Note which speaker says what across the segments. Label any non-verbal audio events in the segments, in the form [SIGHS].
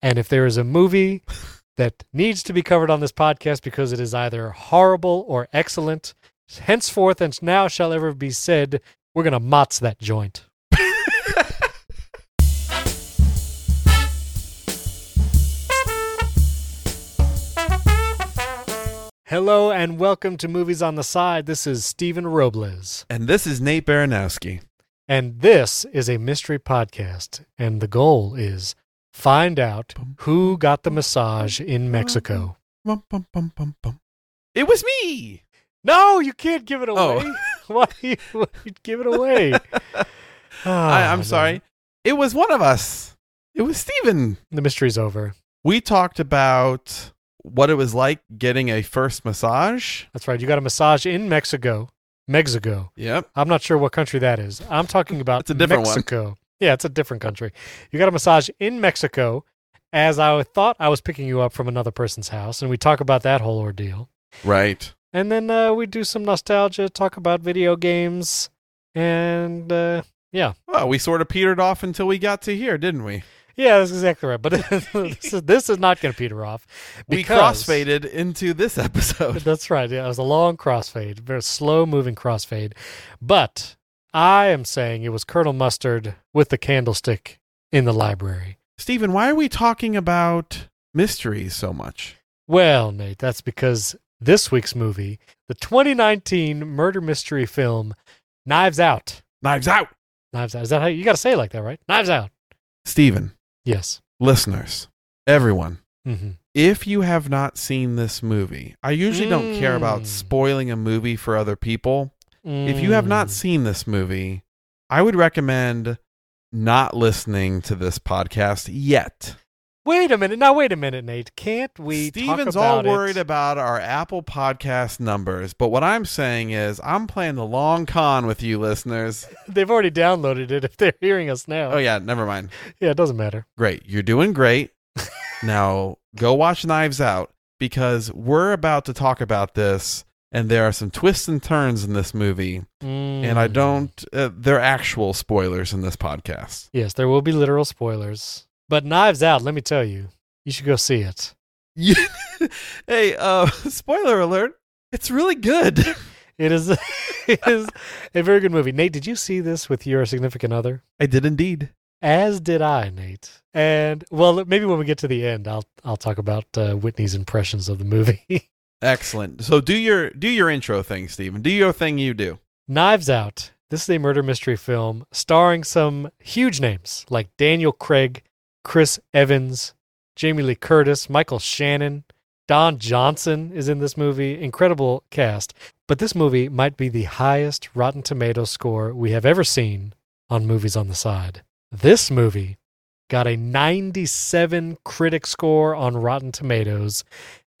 Speaker 1: And if there is a movie that needs to be covered on this podcast because it is either horrible or excellent, henceforth and now shall ever be said, we're going to motz that joint. Hello and welcome to Movies on the Side. This is Stephen Robles,
Speaker 2: [LAUGHS] And this is Nate Baranowski.
Speaker 1: and this is a mystery podcast. And the goal is find out who got the massage in Mexico.
Speaker 2: Bum, bum, bum, bum, bum. It was me.
Speaker 1: No, you can't give it
Speaker 2: Oh.
Speaker 1: away. [LAUGHS] Why you, why you give it away?
Speaker 2: I,
Speaker 1: Ah,
Speaker 2: I'm
Speaker 1: no.
Speaker 2: sorry. It was one of us. It was Steven.
Speaker 1: The mystery's over.
Speaker 2: We talked about what it was like getting a first massage.
Speaker 1: That's right. You got a massage in Mexico. Mexico.
Speaker 2: Yep.
Speaker 1: I'm not sure what country that is. I'm talking about
Speaker 2: It's a different one.
Speaker 1: Mexico. Yeah, it's a different country. You got a massage in Mexico. As I thought I was picking you up from another person's house, and we talk about that whole ordeal.
Speaker 2: Right.
Speaker 1: And then uh, we do some nostalgia, talk about video games, and uh,
Speaker 2: Well, we sort of petered off until we got to here, didn't we?
Speaker 1: yeah, that's exactly right. But [LAUGHS] this is this is not going to peter off.
Speaker 2: We
Speaker 1: because-
Speaker 2: crossfaded into this [LAUGHS] episode.
Speaker 1: [LAUGHS] That's right. Yeah, it was a long crossfade, very slow moving crossfade. But I am saying it was Colonel Mustard with the candlestick in the library.
Speaker 2: Steven, why are we talking about mysteries so much?
Speaker 1: Well, Nate, that's because this week's movie, the 2019 murder mystery film Knives Out.
Speaker 2: Knives out.
Speaker 1: Knives Out. Is that how you got to say it like that, right? Knives Out.
Speaker 2: Steven,
Speaker 1: Yes.
Speaker 2: listeners, everyone,
Speaker 1: hmm
Speaker 2: if you have not seen this movie, I usually don't care
Speaker 1: Mm.
Speaker 2: about spoiling a movie for other people. If you have
Speaker 1: Hmm. Mm.
Speaker 2: not seen this movie, I would recommend not listening to this podcast yet.
Speaker 1: Wait a minute. Now, wait a minute, Nate. Can't we
Speaker 2: Steven's
Speaker 1: talk
Speaker 2: all
Speaker 1: about
Speaker 2: worried
Speaker 1: it?
Speaker 2: about our Apple podcast numbers, but what I'm saying is I'm playing the long con with you listeners.
Speaker 1: They've already downloaded it if they're hearing us now.
Speaker 2: Oh yeah, never mind.
Speaker 1: yeah, it doesn't matter.
Speaker 2: Great. You're doing great. now go watch Knives Out because we're about to talk about this and there are some twists and turns in this movie and I
Speaker 1: Mm.
Speaker 2: don't. Uh, they're actual spoilers in this podcast.
Speaker 1: Yes, there will be literal spoilers. But Knives Out, let me tell you, you should go see it.
Speaker 2: [LAUGHS] hey, uh, [LAUGHS] spoiler alert! It's really good.
Speaker 1: It is, [LAUGHS] it is a very good movie. Nate, did you see this with your significant other?
Speaker 2: I did indeed.
Speaker 1: As did I, Nate. And well, maybe when we get to the end, I'll I'll talk about uh, Whitney's impressions of the movie. [LAUGHS]
Speaker 2: Excellent. So do your do your intro thing, Steven. Do your thing. You do.
Speaker 1: Knives Out. This is a murder mystery film starring some huge names like Daniel Craig, Chris Evans, Jamie Lee Curtis, Michael Shannon, Don Johnson is in this movie. Incredible cast. But this movie might be the highest Rotten Tomato score we have ever seen on Movies on the Side. This movie got a 97 critic score on Rotten Tomatoes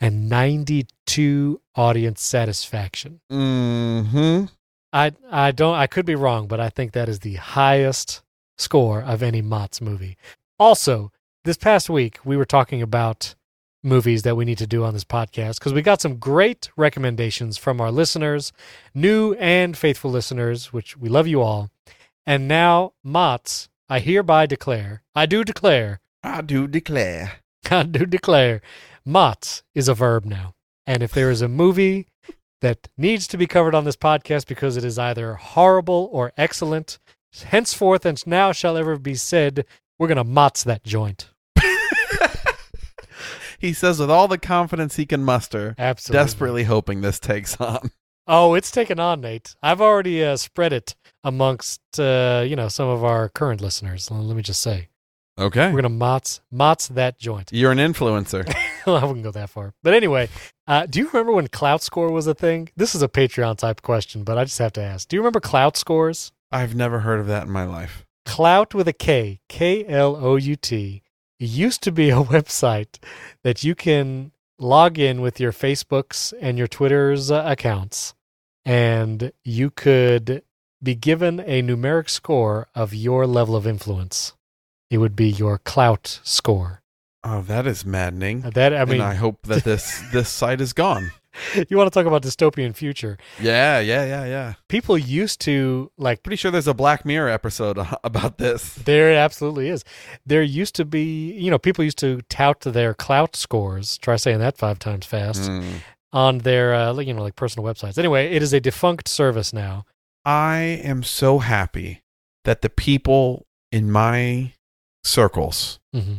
Speaker 1: and 92 audience satisfaction.
Speaker 2: Hmm.
Speaker 1: I I don't I could be wrong, but I think that is the highest score of any Mott's movie. Also, this past week we were talking about movies that we need to do on this podcast because we got some great recommendations from our listeners, new and faithful listeners, which we love you all. And now Mott's, I hereby declare, I do declare,
Speaker 2: I do declare.
Speaker 1: I do declare, Mott's is a verb now. And if there is a movie that needs to be covered on this podcast because it is either horrible or excellent, henceforth and now shall ever be said, we're going to Mott's that joint.
Speaker 2: He says with all the confidence he can muster,
Speaker 1: Absolutely.
Speaker 2: desperately hoping this takes on.
Speaker 1: Oh, it's taken on, Nate. I've already uh, spread it amongst, uh, you know, some of our current listeners. L- Let me just say,
Speaker 2: Okay.
Speaker 1: we're going to Mott's, Mott's that joint.
Speaker 2: You're an influencer.
Speaker 1: [LAUGHS] I wouldn't go that far. But anyway, uh, do you remember when clout score was a thing? This is a Patreon type question, but I just have to ask. Do you remember clout scores?
Speaker 2: [LAUGHS] I've never heard of that in my life.
Speaker 1: Clout with a K, K L O U T, used to be a [LAUGHS] website that you can log in with your Facebooks and your Twitter's uh, accounts, and you could be given a numeric score of your level of influence. It would be your clout score.
Speaker 2: Oh, that is maddening.
Speaker 1: That I mean,
Speaker 2: and I hope that this this site is gone.
Speaker 1: [LAUGHS] you want to talk about dystopian future?
Speaker 2: Yeah, yeah, yeah, yeah.
Speaker 1: People used to like.
Speaker 2: Pretty sure there's a Black Mirror episode [LAUGHS] about this.
Speaker 1: There absolutely is. There used to be, you know, people used to tout their clout scores. Try saying that five times fast
Speaker 2: Mm.
Speaker 1: on their, uh, like, you know, like personal websites. Anyway, it is a defunct service now.
Speaker 2: I am so happy that the people in my circles,
Speaker 1: hmm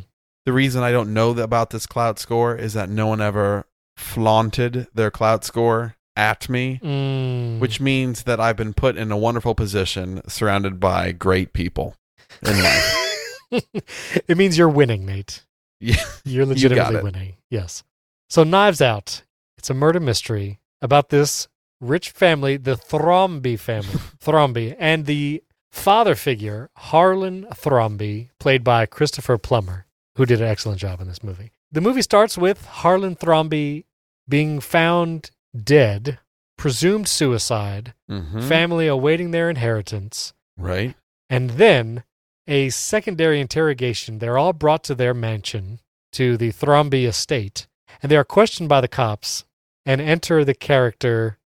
Speaker 2: the reason I don't know th- about this cloud score is that no one ever flaunted their cloud score at me,
Speaker 1: Mm.
Speaker 2: which means that I've been put in a wonderful position surrounded by great people. [LAUGHS] Anyway,
Speaker 1: [LAUGHS] it means you're winning, Nate.
Speaker 2: Yeah.
Speaker 1: You're
Speaker 2: [LAUGHS] You got
Speaker 1: legitimately
Speaker 2: it.
Speaker 1: winning. Yes. So Knives Out. It's a murder mystery about this rich family, the Thromby
Speaker 2: [LAUGHS]
Speaker 1: family. Thromby. And the father figure, Harlan Thromby, played by Christopher Plummer, who did an excellent job in this movie. The movie starts with Harlan Thromby being found dead, presumed suicide,
Speaker 2: Mhm.
Speaker 1: family awaiting their inheritance.
Speaker 2: right?
Speaker 1: And then a secondary interrogation. They're all brought to their mansion, to the Thromby estate, and they are questioned by the cops and enter the character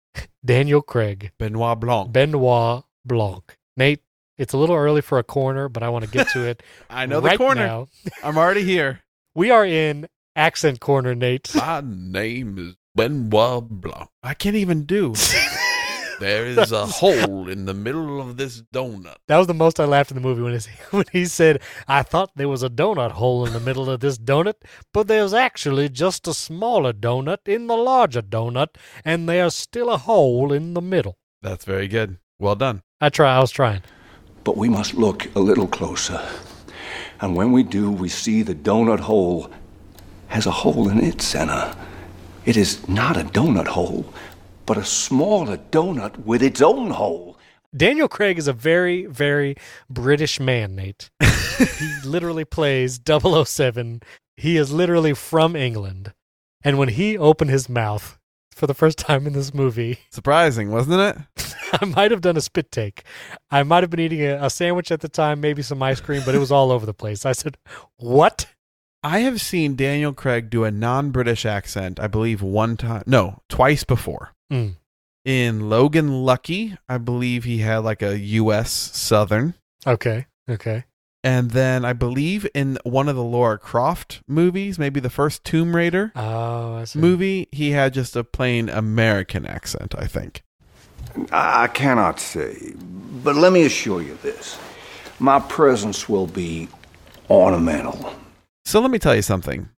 Speaker 1: Daniel Craig,
Speaker 2: Benoit Blanc.
Speaker 1: Benoit Blanc. Nate, it's a little early for a corner, but I want to get to it.
Speaker 2: [LAUGHS] I know
Speaker 1: right
Speaker 2: the corner.
Speaker 1: Now.
Speaker 2: I'm already [LAUGHS] here.
Speaker 1: We are in accent corner, Nate.
Speaker 2: My name is Benoit Blanc. I can't even do. [LAUGHS] There is [LAUGHS] a hole in the middle of this donut.
Speaker 1: That was the most I laughed in the movie when he, [LAUGHS] when he said, I thought there was a donut hole in the middle of this donut, but there's actually just a smaller donut in the larger donut, and there's still a hole in the middle.
Speaker 2: That's very good. Well done.
Speaker 1: I try. I was trying.
Speaker 3: But we must look a little closer. And when we do, we see the donut hole has a hole in its center. It is not a donut hole, but a smaller donut with its own hole.
Speaker 1: Daniel Craig is a very, very British man, Nate. he literally plays 007. He is literally from England. And when he opened his mouth for the first time in this movie,
Speaker 2: Surprising, wasn't it?
Speaker 1: [LAUGHS] I might have done a spit take. I might have been eating a, a sandwich at the time, maybe some ice cream, but it was all over the place. I said, "What?"
Speaker 2: I have seen Daniel Craig do a non British accent, I believe, one time. No, twice before.
Speaker 1: Mm.
Speaker 2: In Logan Lucky, I believe he had like a U.S. Southern.
Speaker 1: Okay, okay.
Speaker 2: And then I believe in one of the Laura Croft movies, maybe the first Tomb Raider
Speaker 1: Oh, I see.
Speaker 2: movie, he had just a plain American accent, I think.
Speaker 3: I I cannot say, but let me assure you this my presence will be ornamental.
Speaker 2: So let me tell you something.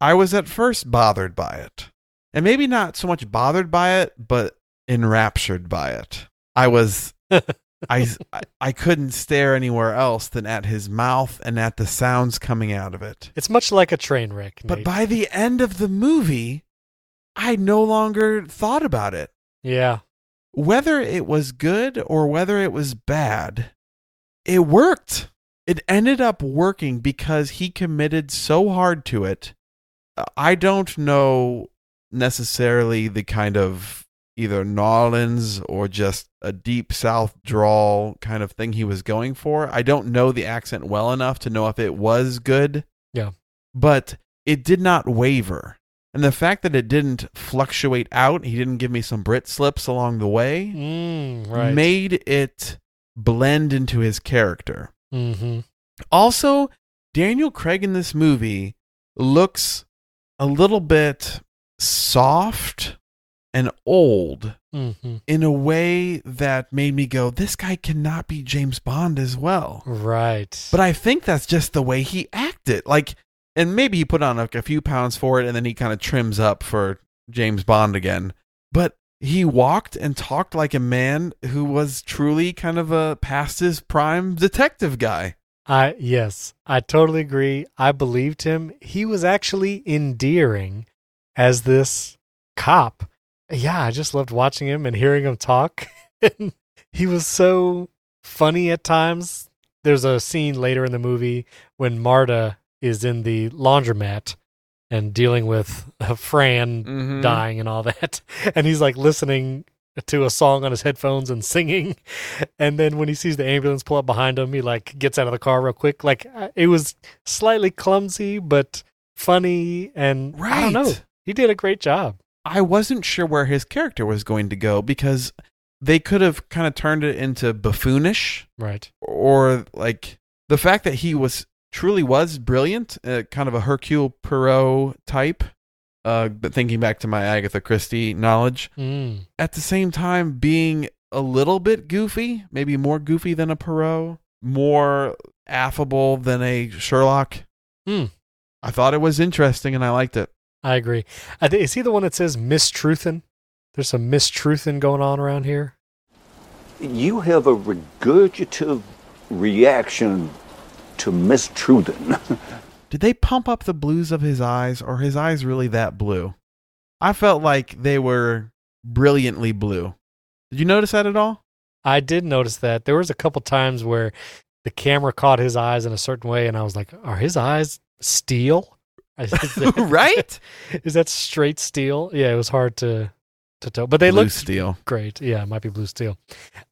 Speaker 2: I was at first bothered by it. And maybe not so much bothered by it, but enraptured by it. I was I I couldn't stare anywhere else than at his mouth and at the sounds coming out of it.
Speaker 1: It's much like a train wreck.
Speaker 2: But
Speaker 1: Nate.
Speaker 2: by the end of the movie, I no longer thought about it.
Speaker 1: yeah,
Speaker 2: Whether it was good or whether it was bad, it worked. It ended up working because he committed so hard to it. Uh, I don't know necessarily the kind of either Nolans or just a deep South drawl kind of thing he was going for. I don't know the accent well enough to know if it was good.
Speaker 1: Yeah.
Speaker 2: But it did not waver. And the fact that it didn't fluctuate out, he didn't give me some Brit slips along the way,
Speaker 1: mm, right.
Speaker 2: made it blend into his character.
Speaker 1: mm-hmm.
Speaker 2: Also, Daniel Craig in this movie looks a little bit soft and old
Speaker 1: Mm-hmm.
Speaker 2: in a way that made me go, this guy cannot be James Bond as well.
Speaker 1: Right.
Speaker 2: But I think that's just the way he acted. Like, and maybe he put on like a few pounds for it and then he kind of trims up for James Bond again. But he walked and talked like a man who was truly kind of a past his prime detective guy.
Speaker 1: I yes, I totally agree. I believed him. He was actually endearing as this cop. Yeah, I just loved watching him and hearing him talk. [LAUGHS] and he was so funny at times. There's a scene later in the movie when Marta is in the laundromat and dealing with uh, Fran
Speaker 2: Mm-hmm.
Speaker 1: dying and all that. [LAUGHS] And he's like listening to a song on his headphones and singing. [LAUGHS] And then when he sees the ambulance pull up behind him, he like gets out of the car real quick. Like I- it was slightly clumsy, but funny. And I don't know.
Speaker 2: Right.
Speaker 1: He did a great job.
Speaker 2: I wasn't sure where his character was going to go because they could have kind of turned it into buffoonish
Speaker 1: Right.
Speaker 2: or like the fact that he was truly was brilliant, uh, kind of a Hercule Poirot type. Uh, but thinking back to my Agatha Christie knowledge,
Speaker 1: Mm.
Speaker 2: at the same time being a little bit goofy, maybe more goofy than a Perot, more affable than a Sherlock.
Speaker 1: Hmm.
Speaker 2: I thought it was interesting and I liked it.
Speaker 1: I agree. I thi- is he the one that says mistruthin? There's some mistruthin going on around here.
Speaker 3: You have a regurgitative reaction to [LAUGHS] mistruthin.
Speaker 2: Did they pump up the blues of his eyes or his eyes really that blue? I felt like they were brilliantly blue. Did you notice that at all?
Speaker 1: I did notice that there was a couple times where the camera caught his eyes in a certain way, and I was like, "Are his eyes steel? Is
Speaker 2: [LAUGHS]
Speaker 1: that- [LAUGHS]
Speaker 2: right?
Speaker 1: Is that straight steel? Yeah, it was hard to to tell, but they
Speaker 2: blue
Speaker 1: looked
Speaker 2: steel.
Speaker 1: great. Yeah, it might be blue steel.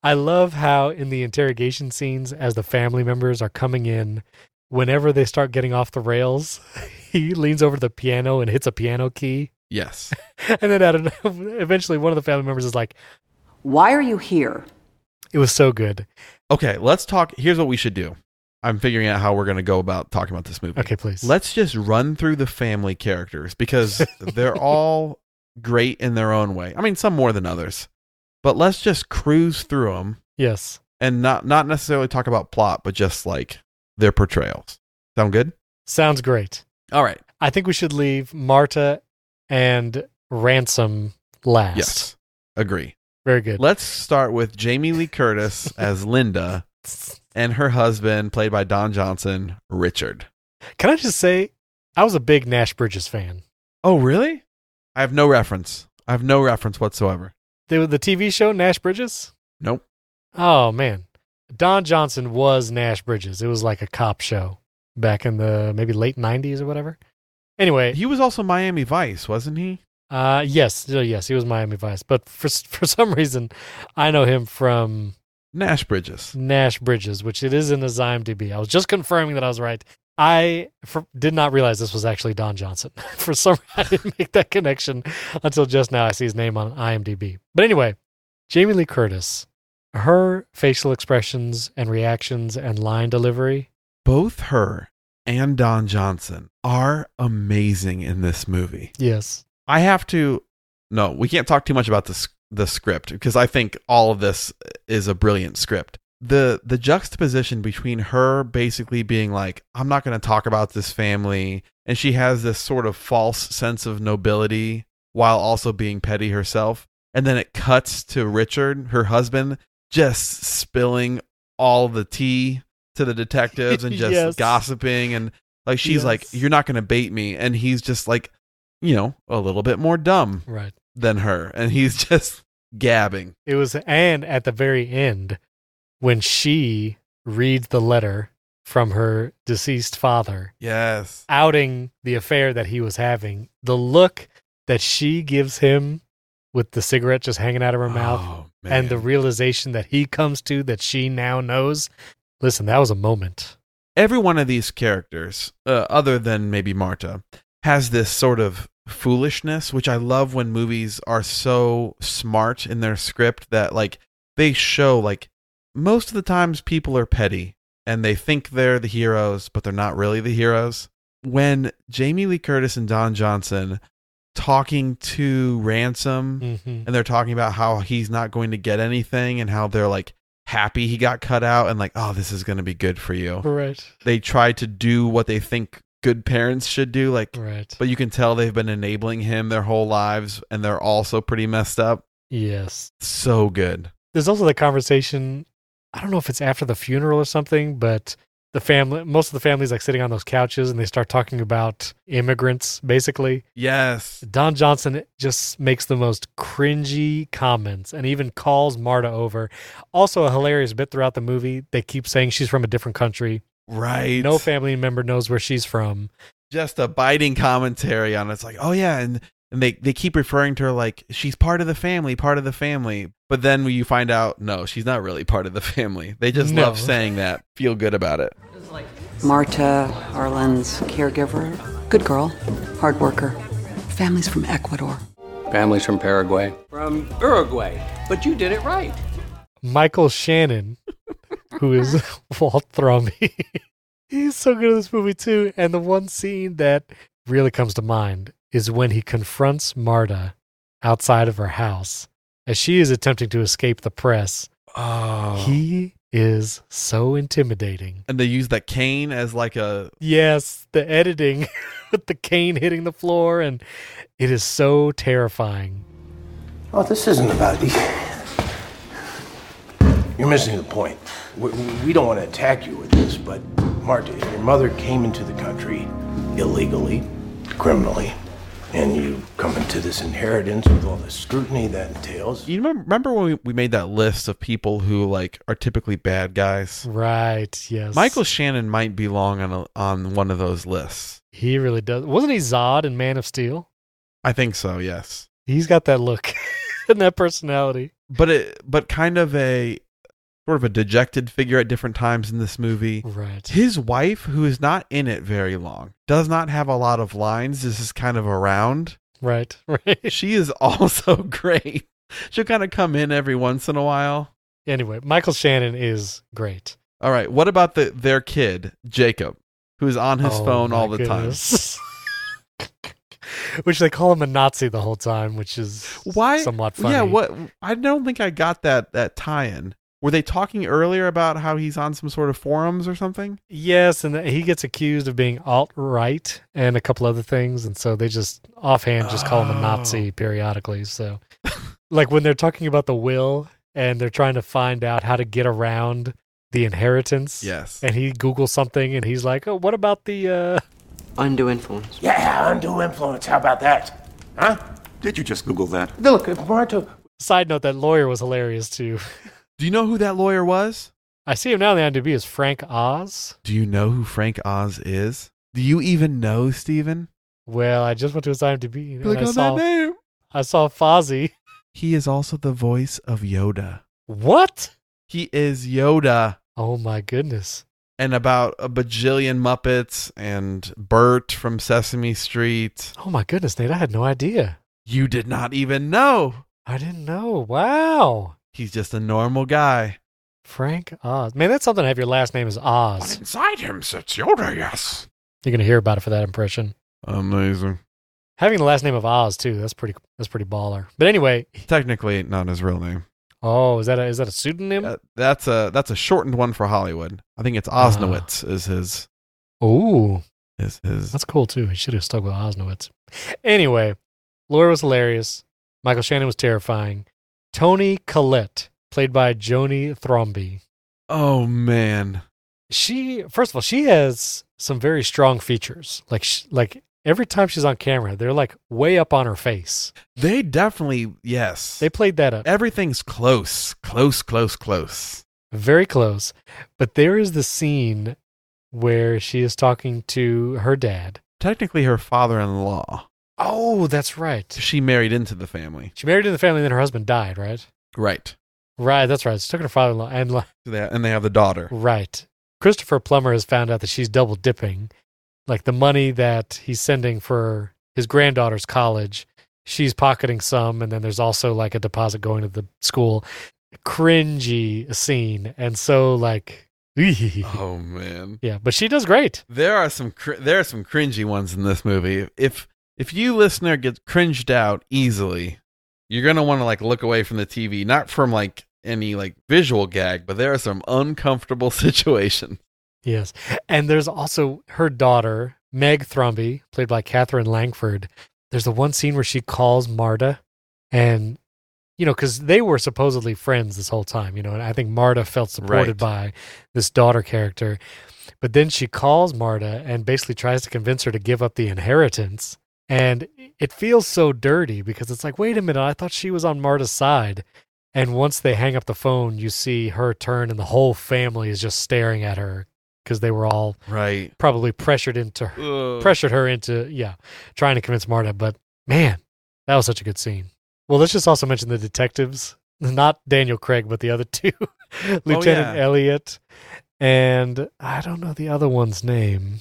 Speaker 1: I love how in the interrogation scenes, as the family members are coming in, whenever they start getting off the rails, [LAUGHS] he leans over to the piano and hits a piano key. [LAUGHS]
Speaker 2: Yes.
Speaker 1: And then out of, [LAUGHS] eventually, one of the family members is like,
Speaker 4: Why are you here?
Speaker 1: "It was so good."
Speaker 2: Okay, let's talk. Here's what we should do. I'm figuring out how we're going to go about talking about this movie.
Speaker 1: Okay, please.
Speaker 2: Let's just run through the family characters because they're all great in their own way. I mean, some more than others, but let's just cruise through them
Speaker 1: yes,
Speaker 2: and not not necessarily talk about plot, but just like their portrayals. Sound good?
Speaker 1: sounds great.
Speaker 2: All right.
Speaker 1: I think we should leave Marta and Ransom last.
Speaker 2: Yes. Agree.
Speaker 1: very good.
Speaker 2: Let's start with Jamie Lee Curtis as Linda and her husband, played by Don Johnson, Richard.
Speaker 1: Can I just say, I was a big Nash Bridges fan.
Speaker 2: Oh, really? I have no reference. I have no reference whatsoever.
Speaker 1: The the TV show Nash Bridges.
Speaker 2: Nope.
Speaker 1: Oh man, Don Johnson was Nash Bridges. It was like a cop show back in the maybe late '90s or whatever. Anyway,
Speaker 2: He was also Miami Vice, wasn't he?
Speaker 1: uh, yes, uh, yes, he was Miami Vice, but for s- [LAUGHS] for some reason, I know him from
Speaker 2: Nash Bridges.
Speaker 1: Nash Bridges, which it is in his IMDb. I was just confirming that I was right. I for, did not realize this was actually Don Johnson. [LAUGHS] for some, I didn't make that connection until just now. I see his name on IMDb. But anyway, Jamie Lee Curtis, her facial expressions and reactions and line delivery.
Speaker 2: Both her and Don Johnson are amazing in this movie.
Speaker 1: Yes,
Speaker 2: I have to No, we can't talk too much about this the script because I think all of this is a brilliant script. The the juxtaposition between her basically being like I'm not going to talk about this family and she has this sort of false sense of nobility while also being petty herself and then it cuts to Richard, her husband, just spilling all the tea to the detectives
Speaker 1: [LAUGHS]
Speaker 2: and just
Speaker 1: Yes.
Speaker 2: gossiping and like she's like
Speaker 1: Yes.
Speaker 2: you're not going to bait me and he's just like you know, a little bit more dumb
Speaker 1: right.
Speaker 2: than her. And he's [LAUGHS] just gabbing.
Speaker 1: It was, and at the very end, when she reads the letter from her deceased father,
Speaker 2: Yes.
Speaker 1: outing the affair that he was having, the look that she gives him with the cigarette just hanging out of her mouth
Speaker 2: Oh, man.
Speaker 1: and the realization that he comes to that she now knows. Listen, that was a moment.
Speaker 2: every one of these characters, uh, other than maybe Marta, has this sort of foolishness, which I love when movies are so smart in their script that like they show like most of the times people are petty and they think they're the heroes, but they're not really the heroes. When Jamie Lee Curtis and Don Johnson talking to Ransom
Speaker 1: hmm
Speaker 2: and they're talking about how he's not going to get anything and how they're like happy he got cut out and like oh this is going to be good for you
Speaker 1: Right.
Speaker 2: they try to do what they think good parents should do like
Speaker 1: Right.
Speaker 2: but you can tell they've been enabling him their whole lives and they're also pretty messed up
Speaker 1: yes.
Speaker 2: so good
Speaker 1: There's also the conversation. I don't know if it's after the funeral or something, but the family, most of the family's like sitting on those couches and they start talking about immigrants, basically.
Speaker 2: yes
Speaker 1: Don Johnson just makes the most cringy comments and even calls Marta over. Also, a hilarious bit throughout the movie. They keep saying she's from a different country.
Speaker 2: right
Speaker 1: No family member knows where she's from.
Speaker 2: just a biting commentary on it. it's like oh yeah and and they, they keep referring to her like she's part of the family part of the family but then when you find out no she's not really part of the [LAUGHS] family they just
Speaker 1: No.
Speaker 2: love saying that feel good about it
Speaker 4: Marta, Arlen's caregiver. Good girl, hard worker. Family's from Ecuador.
Speaker 5: Families from Paraguay. From Uruguay. But you did it right.
Speaker 1: Michael Shannon, who is [LAUGHS] Walt Thrumby. He's so good in this movie too. And the one scene that really comes to mind is when he confronts Marta outside of her house as she is attempting to escape the press.
Speaker 2: Oh.
Speaker 1: He is so intimidating.
Speaker 2: and they use the cane as like a
Speaker 1: Yes, the editing [LAUGHS] with the cane hitting the floor and it is so terrifying.
Speaker 6: Oh, this isn't about you. You're missing the point. We, we don't want to attack you with this, but Marta, your mother came into the country illegally, criminally, and you come into this inheritance with all the scrutiny that entails.
Speaker 2: you remem- remember when we, we made that list of people who like are typically bad guys
Speaker 1: Right, yes.
Speaker 2: michael shannon might belong on a, on one of those lists
Speaker 1: he really does. Wasn't he Zod in Man of Steel?
Speaker 2: i think so yes
Speaker 1: He's got that look [LAUGHS] and that personality.
Speaker 2: but it but kind of a sort of a dejected figure at different times in this movie
Speaker 1: Right.
Speaker 2: his wife who is not in it very long does not have a lot of lines this is kind of around
Speaker 1: Right. [LAUGHS] Right.
Speaker 2: she is [LAUGHS] also great she'll kind of come in every once in a while
Speaker 1: Anyway, Michael Shannon is great.
Speaker 2: All right. What about the their kid, Jacob, who's on his
Speaker 1: Oh,
Speaker 2: phone
Speaker 1: my
Speaker 2: all the
Speaker 1: goodness. [LAUGHS] which they call him a Nazi the whole time, which is
Speaker 2: time? Why?
Speaker 1: somewhat funny.
Speaker 2: Yeah. What? I don't think I got that that tie-in. Were they talking earlier about how he's on some sort of forums or something?
Speaker 1: Yes, and he gets accused of being alt right and a couple other things, and so they just offhand just call him a
Speaker 2: Oh.
Speaker 1: Nazi periodically. So, like when they're talking about the will and they're trying to find out how to get around the inheritance.
Speaker 2: Yes.
Speaker 1: And he Googles something, and he's like, "Oh, what about the uh,
Speaker 5: Undue influence.
Speaker 6: Yeah, undue influence. How about that? Huh?
Speaker 3: Did you just Google that?
Speaker 6: Look, if Marta.
Speaker 1: side note, that lawyer was hilarious too.
Speaker 2: Do you know who that lawyer was?
Speaker 1: I see him now on the IMDb as Frank Oz.
Speaker 2: Do you know who Frank Oz is? Do you even know Steven?
Speaker 1: Well, I just went to his IMDb and
Speaker 2: Click
Speaker 1: I
Speaker 2: on that
Speaker 1: saw
Speaker 2: name.
Speaker 1: I saw Fozzie.
Speaker 2: He is also the voice of Yoda.
Speaker 1: What?
Speaker 2: He is Yoda
Speaker 1: Oh my goodness!
Speaker 2: and about a bajillion Muppets and Bert from Sesame Street.
Speaker 1: Oh my goodness, Nate! I had no idea.
Speaker 2: You did not even know.
Speaker 1: I didn't know. Wow,
Speaker 2: He's just a normal guy.
Speaker 1: Frank Oz. Man, that's something to have your last name is Oz.
Speaker 2: inside him sits Yoda, yes.
Speaker 1: You're gonna hear about it for that impression.
Speaker 2: Amazing.
Speaker 1: Having the last name of Oz too. That's pretty. That's pretty baller. But anyway,
Speaker 2: Technically not his real name.
Speaker 1: oh, is that a, is that a pseudonym?
Speaker 2: That- that's a that's a shortened one for Hollywood. I think it's Osnowitz is his
Speaker 1: oh,
Speaker 2: is his
Speaker 1: that's cool too. He should have stuck with Osnowitz. Anyway, Laura was hilarious. Michael Shannon was terrifying. Tony Collette, played by Joni Thromby.
Speaker 2: Oh man.
Speaker 1: she first of all she has some very strong features like sh like every time she's on camera they're like way up on her face
Speaker 2: They definitely yes.
Speaker 1: they played that up
Speaker 2: everything's close. Close, close, close.
Speaker 1: very close but there is the scene where she is talking to her dad
Speaker 2: Technically her father in law.
Speaker 1: oh that's right
Speaker 2: She married into the family.
Speaker 1: she married in the family and then her husband died right
Speaker 2: Right.
Speaker 1: right that's right she took her father-in-law and like
Speaker 2: They- And they have the daughter.
Speaker 1: Right. Christopher Plummer has found out that she's double dipping. Like the money that he's sending for his granddaughter's college, she's pocketing some, and then there's also like a deposit going to the school. Cringy scene. And so, like, [LAUGHS]
Speaker 2: Oh man.
Speaker 1: yeah, but she does great.
Speaker 2: There are some cr- there are some cringy ones in this movie. If if you listener gets cringed out easily, you're gonna want to like look away from the TV, not from like any like visual gag, but there are some uncomfortable [LAUGHS] situations.
Speaker 1: Yes. And there's also her daughter, Meg Thrumby, played by Catherine Langford. There's the one scene where she calls Marta and you know, because they were supposedly friends this whole time, you know, and I think Marta felt supported by this daughter character. But then she calls Marta and basically tries to convince her to give up the inheritance. And it feels so dirty because it's like, wait a minute, I thought she was on Marta's side. And once they hang up the phone, you see her turn and the whole family is just staring at her because they were all
Speaker 2: Right.
Speaker 1: probably pressured into her, pressured her into yeah trying to convince Marta. But man, that was such a good scene. Well, let's just also mention the detectives, not Daniel Craig, but the other [LAUGHS] two, Lieutenant
Speaker 2: yeah.
Speaker 1: Elliot, and I don't know the other one's name.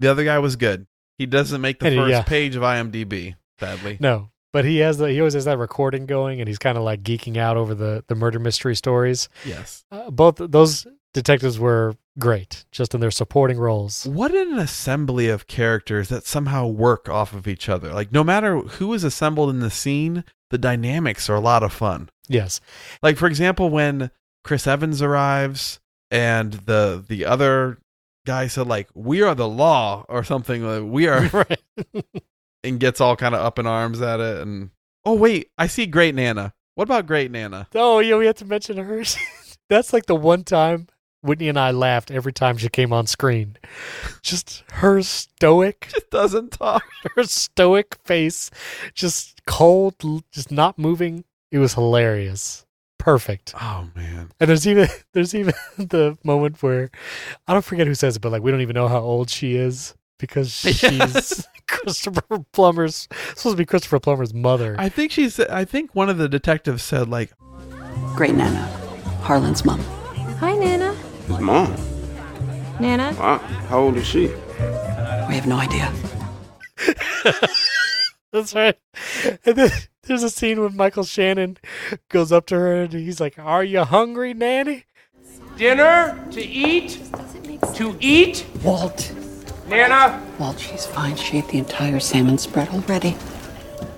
Speaker 2: The other guy was good. He doesn't make the
Speaker 1: And,
Speaker 2: first
Speaker 1: yeah.
Speaker 2: page of IMDb, sadly.
Speaker 1: No, But he has the he always has that recording going, and he's kind of like geeking out over the the murder mystery stories.
Speaker 2: Yes.
Speaker 1: Uh, both those detectives were great, just in their supporting roles.
Speaker 2: What an assembly of characters that somehow work off of each other. Like no matter who is assembled in the scene, the dynamics are a lot of fun.
Speaker 1: Yes,
Speaker 2: Like for example, when Chris Evans arrives and the the other guy said like we are the law or something like we [LAUGHS] are
Speaker 1: [LAUGHS] right.
Speaker 2: and gets all kind of up in arms at it and oh wait, I see Great Nana. What about Great Nana? [LAUGHS]
Speaker 1: Oh yeah, we had to mention her. [LAUGHS] That's like the one time Whitney and I laughed every time she came on screen. Just her stoic, [LAUGHS]
Speaker 2: It doesn't talk.
Speaker 1: her stoic face, just cold, l- just not moving. It was hilarious. Perfect.
Speaker 2: Oh man.
Speaker 1: And there's even [LAUGHS] there's even the moment where I don't forget who says it, but like we don't even know how old she is because she's [LAUGHS]
Speaker 2: Yes.
Speaker 1: Christopher Plummer's supposed to be Christopher Plummer's mother.
Speaker 2: I think she's I think one of the detectives said like
Speaker 4: Great Nana, Harlan's mom.
Speaker 7: Hi, Nana.
Speaker 8: His mom.
Speaker 7: Nana,
Speaker 8: Wow. How old is she?
Speaker 4: We have no idea.
Speaker 1: That's right. And then there's a scene when Michael Shannon goes up to her and he's like, "Are you hungry, Nanny?"
Speaker 5: Dinner to eat? To eat?
Speaker 4: Walt.
Speaker 5: Nana?
Speaker 4: Walt, she's fine. She ate the entire salmon spread already.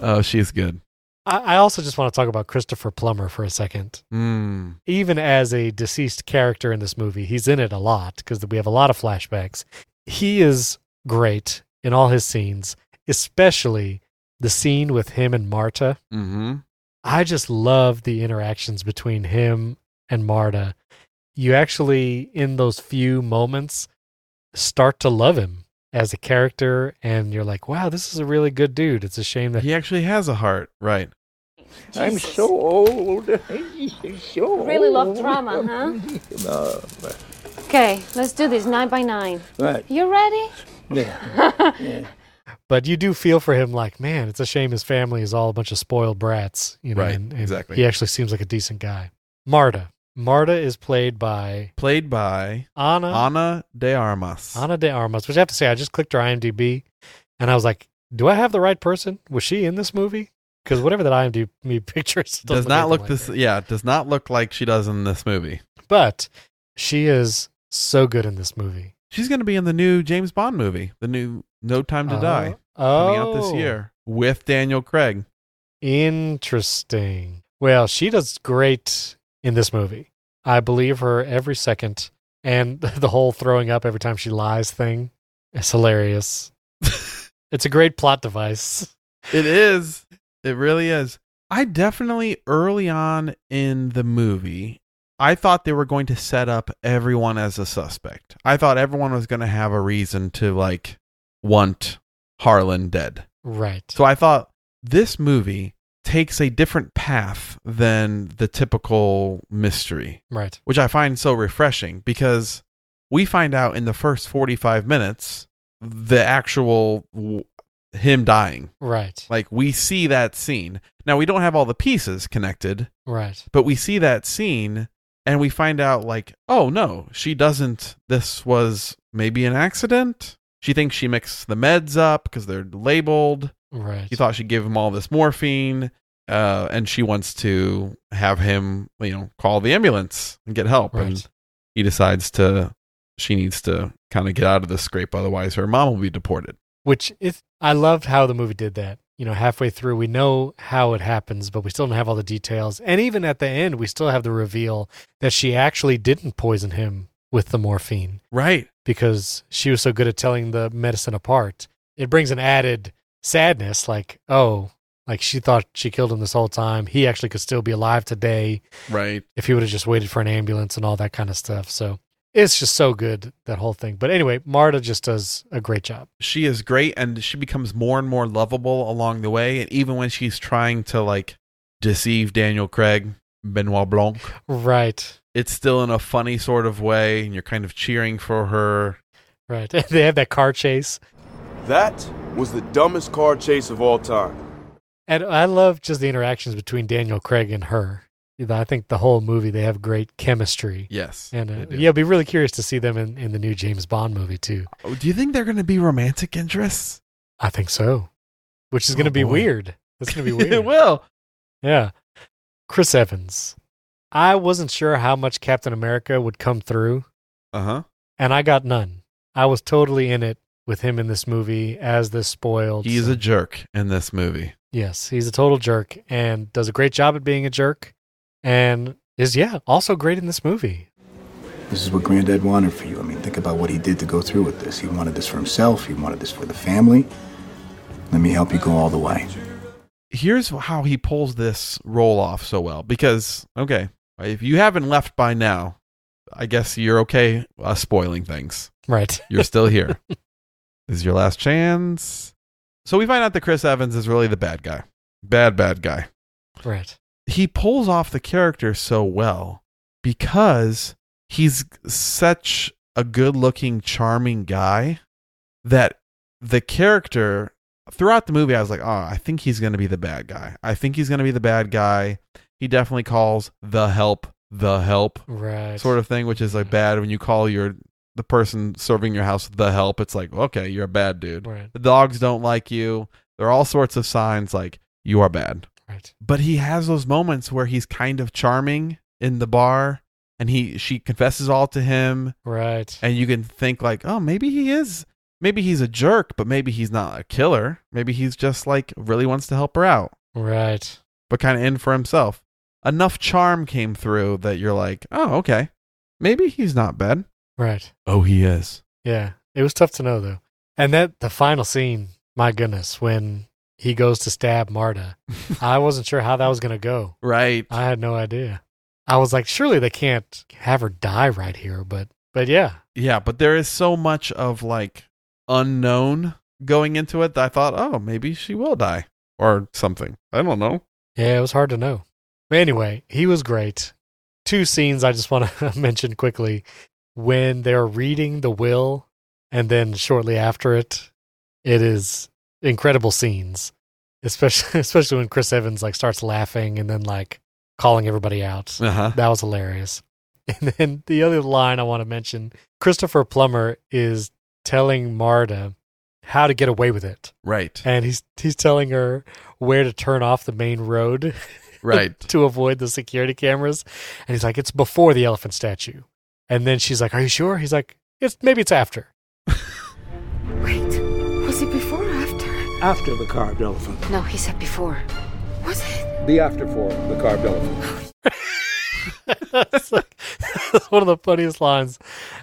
Speaker 2: Oh, she's good.
Speaker 1: I, I also just want to talk about Christopher Plummer for a second.
Speaker 2: Mm.
Speaker 1: Even as a deceased character in this movie, he's in it a lot because we have a lot of flashbacks. He is great in all his scenes, especially the scene with him and Marta.
Speaker 2: Mm-hmm.
Speaker 1: I just love the interactions between him and Marta. You actually, in those few moments, start to love him as a character, and you're like, wow, this is a really good dude. It's a shame that
Speaker 2: He actually has a heart, right?
Speaker 8: I'm so
Speaker 3: [LAUGHS]
Speaker 8: old. so
Speaker 7: really love drama, huh? Okay, let's do this nine by nine.
Speaker 8: Right.
Speaker 7: You ready?
Speaker 1: but you do feel for him like, man, it's a shame his family is all a bunch of spoiled brats. You know,
Speaker 2: Right,
Speaker 1: and- and
Speaker 2: exactly.
Speaker 1: He actually seems like a decent guy. Marta. Marta is played by
Speaker 2: Played by
Speaker 1: Anna
Speaker 2: Ana de Armas.
Speaker 1: Anna de Armas, which I have to say, I just clicked her IMDb and I was like, do I have the right person? Was she in this movie? Because whatever that IMDb [LAUGHS] picture is, it
Speaker 2: does
Speaker 1: doesn't
Speaker 2: not look
Speaker 1: anything like
Speaker 2: this
Speaker 1: her.
Speaker 2: yeah, does not look like she does in this movie.
Speaker 1: But she is so good in this movie.
Speaker 2: She's going to be in the new James Bond movie, the new No Time to
Speaker 1: Oh.
Speaker 2: Die,
Speaker 1: Oh,
Speaker 2: coming out this year with Daniel Craig.
Speaker 1: Interesting. Well, she does great in this movie. I believe her every second. And [LAUGHS] the whole throwing up every time she lies thing is
Speaker 2: [LAUGHS]
Speaker 1: hilarious. it's a great plot device.
Speaker 2: It is. It really is. I definitely early on in the movie, I thought they were going to set up everyone as a suspect. I thought everyone was going to have a reason to like want Harlan dead.
Speaker 1: Right.
Speaker 2: So I thought this movie takes a different path than the typical mystery
Speaker 1: right.
Speaker 2: which I find so refreshing because we find out in the first 45 minutes the actual w- him dying.
Speaker 1: Right.
Speaker 2: Like we see that scene. Now we don't have all the pieces connected,
Speaker 1: Right.
Speaker 2: but we see that scene and we find out like, oh no, she doesn't. This was maybe an accident. She thinks she mixed the meds up because they're labeled.
Speaker 1: Right.
Speaker 2: He thought she gave him all this morphine, uh, and she wants to have him, you know, call the ambulance and get help.
Speaker 1: Right.
Speaker 2: And he decides to, she needs to kind of get out of this scrape, otherwise her mom will be deported.
Speaker 1: which is I loved how the movie did that. You know, halfway through we know how it happens, but we still don't have all the details. And even at the end, we still have the reveal that she actually didn't poison him with the morphine
Speaker 2: Right.
Speaker 1: because she was so good at telling the medicine apart. It brings an added sadness like, oh, like she thought she killed him this whole time. He actually could still be alive today
Speaker 2: Right.
Speaker 1: if he would have just waited for an ambulance and all that kind of stuff. So it's just so good, that whole thing. But anyway, Marta just does a great job.
Speaker 2: She is great, and she becomes more and more lovable along the way. And even when she's trying to like deceive Daniel Craig, Benoit Blanc,
Speaker 1: Right.
Speaker 2: it's still in a funny sort of way, and you're kind of cheering for her.
Speaker 1: Right. [LAUGHS] they have that car chase.
Speaker 8: That was the dumbest car chase of all time.
Speaker 1: And I love just the interactions between Daniel Craig and her. You know, I think the whole movie, they have great chemistry.
Speaker 2: Yes.
Speaker 1: And uh,
Speaker 2: they do.
Speaker 1: yeah, I'd be really curious to see them in, in the new James Bond movie, too.
Speaker 2: Oh, do you think they're going to be romantic interests?
Speaker 1: I think so, which is going to
Speaker 2: Oh,
Speaker 1: be
Speaker 2: boy.
Speaker 1: weird. That's gonna be
Speaker 2: [LAUGHS] it
Speaker 1: weird.
Speaker 2: will.
Speaker 1: yeah. Chris Evans. I wasn't sure how much Captain America would come through,
Speaker 2: Uh
Speaker 1: Uh-huh.
Speaker 2: huh.
Speaker 1: and I got none. I was totally in it with him in this movie as this spoiled.
Speaker 2: He's a jerk in this movie.
Speaker 1: Yes, he's a total jerk and does a great job at being a jerk and is yeah, also great in this movie.
Speaker 9: This is what Granddad wanted for you. I mean, think about what he did to go through with this. He wanted this for himself, he wanted this for the family. Let me help you go all the way.
Speaker 2: Here's how he pulls this role off so well because, okay, if you haven't left by now, I guess you're okay uh, spoiling things.
Speaker 1: Right.
Speaker 2: You're still here. this is your last chance. So we find out that Chris Evans is really the bad guy. Bad, bad guy.
Speaker 1: Right.
Speaker 2: he pulls off the character so well because he's such a good looking, charming guy that the character throughout the movie, I was like, oh, I think he's going to be the bad guy. I think he's going to be the bad guy. He definitely calls the help the help
Speaker 1: Right.
Speaker 2: sort of thing, which is like bad when you call your the person serving your house the help. It's like, okay, you're a bad dude.
Speaker 1: Right.
Speaker 2: The dogs don't like you. There are all sorts of signs like you are bad
Speaker 1: Right.
Speaker 2: but he has those moments where he's kind of charming in the bar and he she confesses all to him
Speaker 1: Right.
Speaker 2: and you can think like oh maybe he is maybe he's a jerk but maybe he's not a killer maybe he's just like really wants to help her out
Speaker 1: Right.
Speaker 2: but kind of in for himself enough charm came through that you're like oh okay maybe he's not bad
Speaker 1: Right.
Speaker 2: oh he is
Speaker 1: Yeah, it was tough to know though. And that the final scene, my goodness, when he goes to stab
Speaker 2: [LAUGHS]
Speaker 1: Marta, I wasn't sure how that was going to go.
Speaker 2: right
Speaker 1: I had no idea. I was like, surely they can't have her die right here, but but yeah,
Speaker 2: yeah but there is so much of like unknown going into it that i thought oh maybe she will die or something i don't know
Speaker 1: yeah, it was hard to know. But anyway, he was great. Two scenes I just want to [LAUGHS] mention quickly when they're reading the will, and then shortly after it, it is incredible scenes. Especially [LAUGHS] especially when Chris Evans like starts laughing and then like calling everybody
Speaker 2: [LAUGHS]
Speaker 1: out.
Speaker 2: Uh-huh.
Speaker 1: That was hilarious. And then the other line I want to mention Christopher Plummer is telling Marta how to get away with it.
Speaker 2: Right.
Speaker 1: And he's he's telling her where to turn off the main road
Speaker 2: Right.
Speaker 1: [LAUGHS] to avoid the security cameras. And he's like, It's before the elephant statue. And then she's like, Are you sure? He's like, It's maybe it's after. [LAUGHS]
Speaker 7: Wait, was it before or after?
Speaker 5: After the carved elephant.
Speaker 7: No, he said before. Was it?
Speaker 5: The after for the carved elephant.
Speaker 1: That's like- [LAUGHS] that's one of the funniest lines.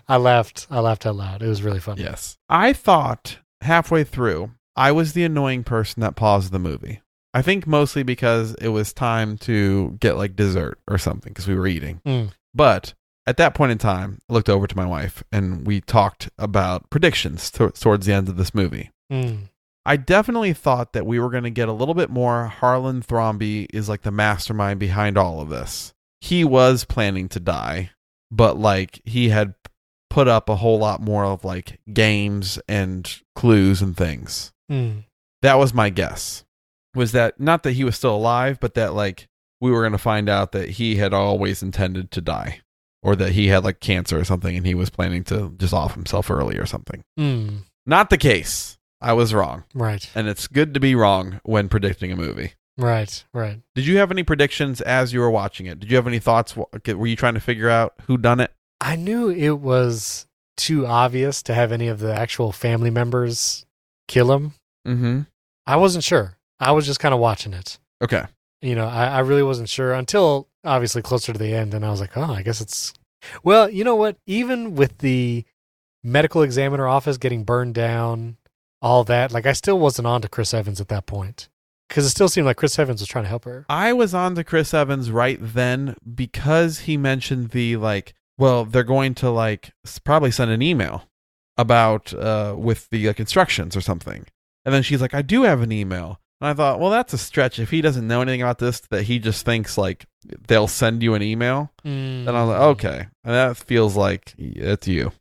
Speaker 1: I laughed. I laughed out loud. It was really funny.
Speaker 2: yes. I thought halfway through I was the annoying person that paused the movie. I think mostly because it was time to get like dessert or something because we were eating.
Speaker 1: Mm.
Speaker 2: But at that point in time, I looked over to my wife and we talked about predictions to- towards the end of this movie.
Speaker 1: Mm.
Speaker 2: I definitely thought that we were going to get a little bit more. Harlan Thrombey is like the mastermind behind all of this. He was planning to die, but like he had put up a whole lot more of like games and clues and things.
Speaker 1: Mm.
Speaker 2: That was my guess. Was that not that he was still alive, but that like we were going to find out that he had always intended to die or that he had like cancer or something and he was planning to just off himself early or something.
Speaker 1: Mm.
Speaker 2: Not the case. I was wrong
Speaker 1: Right.
Speaker 2: and it's good to be wrong when predicting a movie.
Speaker 1: Right. Right.
Speaker 2: Did you have any predictions as you were watching it? Did you have any thoughts? Wh- Were you trying to figure out who done it?
Speaker 1: I knew it was too obvious to have any of the actual family members kill him.
Speaker 2: Mm-hmm.
Speaker 1: I wasn't sure. I was just kind of watching it.
Speaker 2: Okay.
Speaker 1: You know, I, I really wasn't sure until obviously closer to the end. And I was like, oh, I guess it's. Well, you know what? Even with the medical examiner office getting burned down, all that, like I still wasn't on to Chris Evans at that point because it still seemed like Chris Evans was trying to help her.
Speaker 2: I was on to Chris Evans right then because he mentioned the like. Well, they're going to like s- probably send an email about uh with the like instructions or something, and then she's like, "I do have an email." And I thought, well, that's a stretch. If he doesn't know anything about this, that he just thinks like they'll send you an email. And I was
Speaker 1: Mm-hmm.
Speaker 2: like, okay, and that feels like it's you.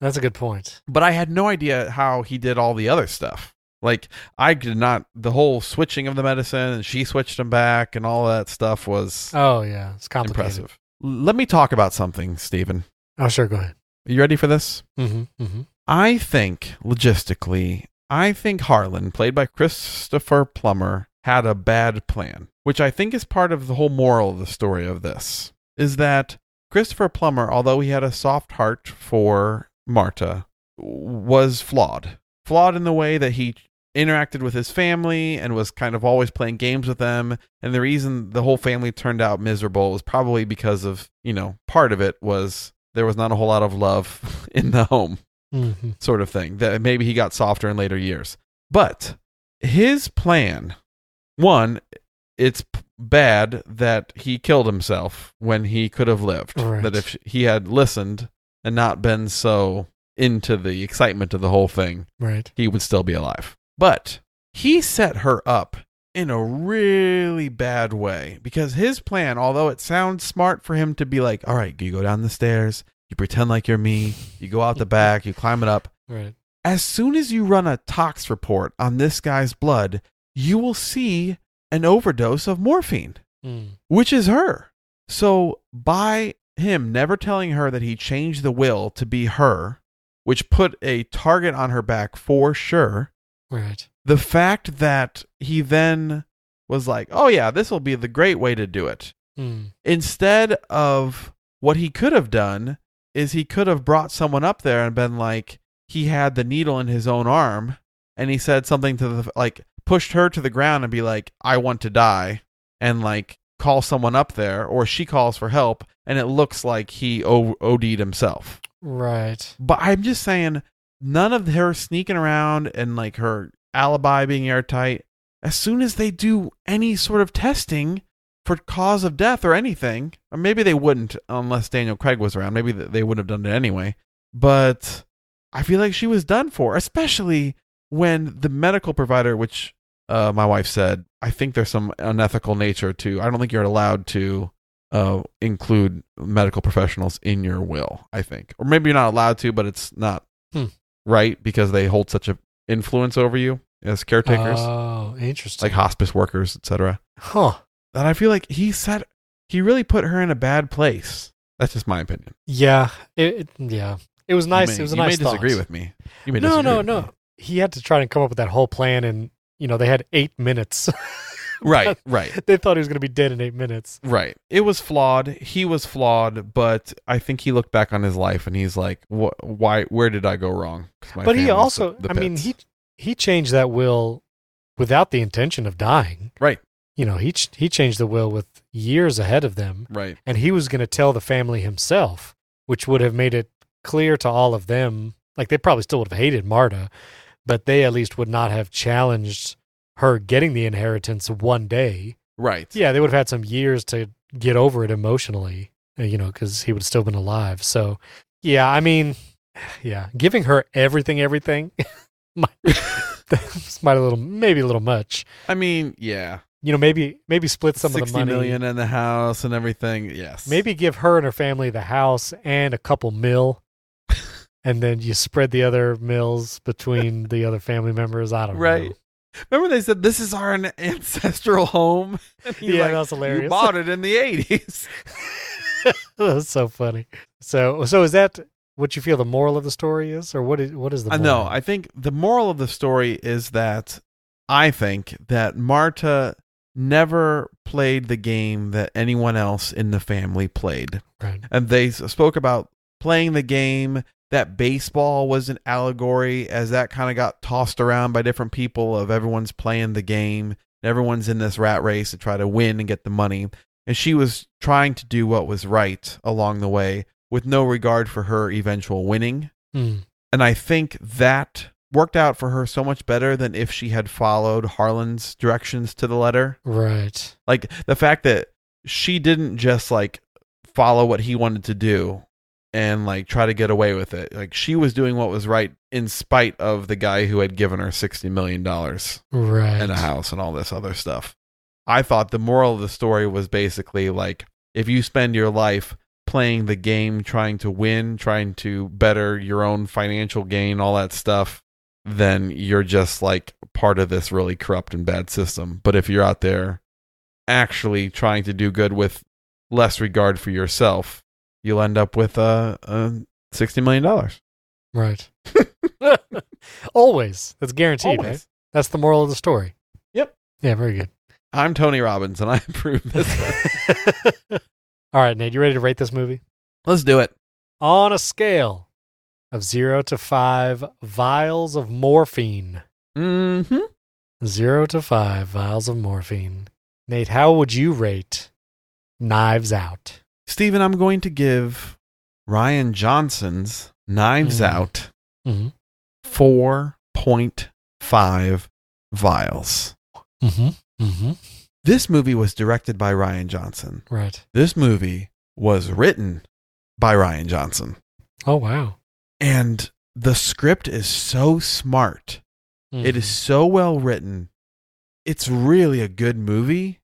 Speaker 1: That's a good point.
Speaker 2: but I had no idea how he did all the other stuff. Like I did not the whole switching of the medicine and she switched him back and all that stuff was
Speaker 1: Oh, yeah. It's complicated.
Speaker 2: impressive. Let me talk about something, Stephen.
Speaker 1: Oh, sure. Go ahead.
Speaker 2: You ready for this?
Speaker 1: Mm-hmm, mm-hmm.
Speaker 2: I think logistically, I think Harlan, played by Christopher Plummer, had a bad plan, which I think is part of the whole moral of the story of this, is that Christopher Plummer, although he had a soft heart for Marta, was flawed. Flawed in the way that he interacted with his family and was kind of always playing games with them. And the reason the whole family turned out miserable was probably because of, you know, part of it was there was not a whole lot of love [LAUGHS] in the home
Speaker 1: Mm-hmm.
Speaker 2: sort of thing that maybe he got softer in later years but his plan one it's p- bad that he killed himself when he could have lived
Speaker 1: Right.
Speaker 2: that if he had listened and not been so into the excitement of the whole thing
Speaker 1: Right.
Speaker 2: he would still be alive but he set her up in a really bad way because his plan although it sounds smart for him to be like all right you go down the stairs you pretend like you're me you go out the back you climb it up
Speaker 1: Right.
Speaker 2: as soon as you run a tox report on this guy's blood, you will see an overdose of morphine,
Speaker 1: Mm.
Speaker 2: which is her. So, by him never telling her that he changed the will to be her, which put a target on her back for sure,
Speaker 1: Right.
Speaker 2: the fact that he then was like, oh, yeah, this will be the great way to do it
Speaker 1: Mm.
Speaker 2: instead of what he could have done is he could have brought someone up there and been like he had the needle in his own arm and he said something to the like pushed her to the ground and be like i want to die and like call someone up there or she calls for help and it looks like he o- od'd himself
Speaker 1: Right.
Speaker 2: but i'm just saying none of her sneaking around and like her alibi being airtight as soon as they do any sort of testing for cause of death or anything, or maybe they wouldn't unless Daniel Craig was around. Maybe th- they would have done it anyway. But I feel like she was done for, especially when the medical provider, which uh, my wife said, I think there's some unethical nature to. I don't think you're allowed to uh, include medical professionals in your will. I think, or maybe you're not allowed to, but it's not
Speaker 1: Hmm.
Speaker 2: right because they hold such a influence over you as caretakers,
Speaker 1: Oh, interesting.
Speaker 2: like hospice workers, etc
Speaker 1: huh.
Speaker 2: and I feel like he set he really put her in a bad place. That's just my opinion.
Speaker 1: Yeah. It, it- yeah. It was nice.
Speaker 2: You may,
Speaker 1: it was a
Speaker 2: you
Speaker 1: nice.
Speaker 2: may disagree
Speaker 1: thought.
Speaker 2: with me. You may
Speaker 1: no,
Speaker 2: disagree
Speaker 1: no,
Speaker 2: with
Speaker 1: no.
Speaker 2: me.
Speaker 1: He had to try and come up with that whole plan, and you know they had eight minutes. [LAUGHS]
Speaker 2: Right, right,
Speaker 1: they thought he was going to be dead in eight minutes.
Speaker 2: right. It was flawed. He was flawed, but I think he looked back on his life and he's like, "Wh- "Why? Where did I go wrong?" 'Cause my
Speaker 1: but he
Speaker 2: family's
Speaker 1: also,
Speaker 2: the- the
Speaker 1: I mean,
Speaker 2: pits.
Speaker 1: he he changed that will without the intention of dying.
Speaker 2: right,
Speaker 1: You know, he ch- he changed the will with years ahead of them,
Speaker 2: right,
Speaker 1: and he was going to tell the family himself, which would have made it clear to all of them. Like they probably still would have hated Marta, but they at least would not have challenged her getting the inheritance one day.
Speaker 2: right.
Speaker 1: Yeah, they would have had some years to get over it emotionally, uh, you know, because he would have still been alive. So, yeah, I mean, [SIGHS] yeah, giving her everything, everything, [LAUGHS] might, that's might a little, maybe a little much.
Speaker 2: I mean, yeah.
Speaker 1: You know, maybe maybe split some of the
Speaker 2: 60
Speaker 1: money.
Speaker 2: million in the house and everything. Yes.
Speaker 1: Maybe give her and her family the house and a couple mil,
Speaker 2: [LAUGHS]
Speaker 1: and then you spread the other mills between the other family members. I don't
Speaker 2: Right.
Speaker 1: know.
Speaker 2: Remember they said this is our an-
Speaker 1: [LAUGHS]
Speaker 2: ancestral home. And he's
Speaker 1: Yeah,
Speaker 2: like,
Speaker 1: that was hilarious.
Speaker 2: You bought it in the eighties.
Speaker 1: [LAUGHS] That's so funny. So, so is that what you feel the moral of the story is, or what is what is [LAUGHS] the?
Speaker 2: I
Speaker 1: Moral?
Speaker 2: know. I think the moral of the story is that I think that Marta never played the game that anyone else in the family played.
Speaker 1: Right.
Speaker 2: And they s- spoke about playing the game that baseball was an allegory as that kind of got tossed around by different people of everyone's playing the game and everyone's in this rat race to try to win and get the money. And she was trying to do what was right along the way with no regard for her eventual winning.
Speaker 1: Hmm.
Speaker 2: And I think that worked out for her so much better than if she had followed Harlan's directions to the letter.
Speaker 1: Right.
Speaker 2: Like the fact that she didn't just like follow what he wanted to do and like try to get away with it. Like she was doing what was right in spite of the guy who had given her 60 million dollars
Speaker 1: Right.
Speaker 2: and a house and all this other stuff. I thought the moral of the story was basically like if you spend your life playing the game, trying to win, trying to better your own financial gain, all that stuff, then you're just like part of this really corrupt and bad system. But if you're out there actually trying to do good with less regard for yourself, you'll end up with uh, uh, $60 million. [LAUGHS]
Speaker 1: Right. [LAUGHS] Always. That's guaranteed, right?
Speaker 2: Always.
Speaker 1: That's the moral of the story.
Speaker 2: Yep.
Speaker 1: Yeah, very good.
Speaker 2: I'm Tony Robbins, and I [LAUGHS] approve this. one.
Speaker 1: [LAUGHS] All right, Nate, you ready to rate this movie?
Speaker 2: Let's do it.
Speaker 1: On a scale of zero to five vials of morphine.
Speaker 2: Mm-hmm.
Speaker 1: Zero to five vials of morphine. Nate, how would you rate Knives Out?
Speaker 2: Steven, I'm going to give Ryan Johnson's Knives
Speaker 1: Mhm.
Speaker 2: Out
Speaker 1: Mm-hmm.
Speaker 2: 4.5 vials.
Speaker 1: Mm-hmm. Mm-hmm.
Speaker 2: This movie was directed by Ryan Johnson.
Speaker 1: Right.
Speaker 2: This movie was written by Ryan Johnson.
Speaker 1: Oh wow.
Speaker 2: And the script is so smart. It
Speaker 1: Mm-hmm.
Speaker 2: is so well written. It's really a good movie.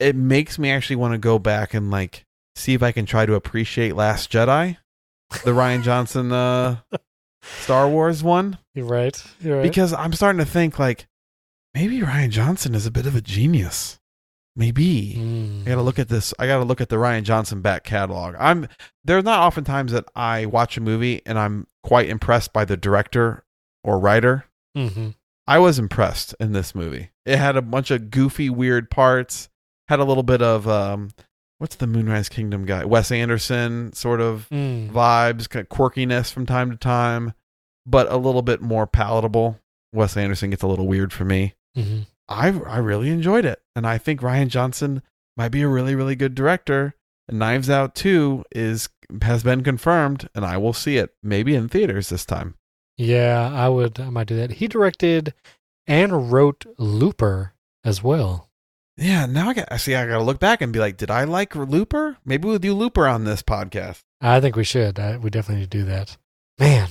Speaker 2: It makes me actually want to go back and like see if I can try to appreciate Last Jedi, the Ryan Johnson uh Star Wars one,
Speaker 1: Mm-hmm. You're right. You're right.
Speaker 2: because I'm starting to think like maybe Ryan Johnson is a bit of a genius. Maybe.
Speaker 1: Mm.
Speaker 2: I gotta look at this. I gotta look at the Ryan Johnson back catalog. I'm there's not often times that I watch a movie and I'm quite impressed by the director or writer.
Speaker 1: Mhm.
Speaker 2: I was impressed in this movie. It had a bunch of goofy, weird parts. Had a little bit of um, what's the Moonrise Kingdom guy? Wes Anderson sort of
Speaker 1: Mm.
Speaker 2: vibes, kind of quirkiness from time to time, but a little bit more palatable. Wes Anderson gets a little weird for me.
Speaker 1: Mhm.
Speaker 2: I I really enjoyed it, and I think Ryan Johnson might be a really really good director. And Knives Out Two is has been confirmed, and I will see it maybe in theaters this time.
Speaker 1: Yeah, I would. I might do that. He directed and wrote Looper as well.
Speaker 2: Yeah, now I got. I see. I got to look back and be like, did I like Looper? Maybe we'll do Looper on this podcast.
Speaker 1: I think we should. I, we definitely need to do that. Man,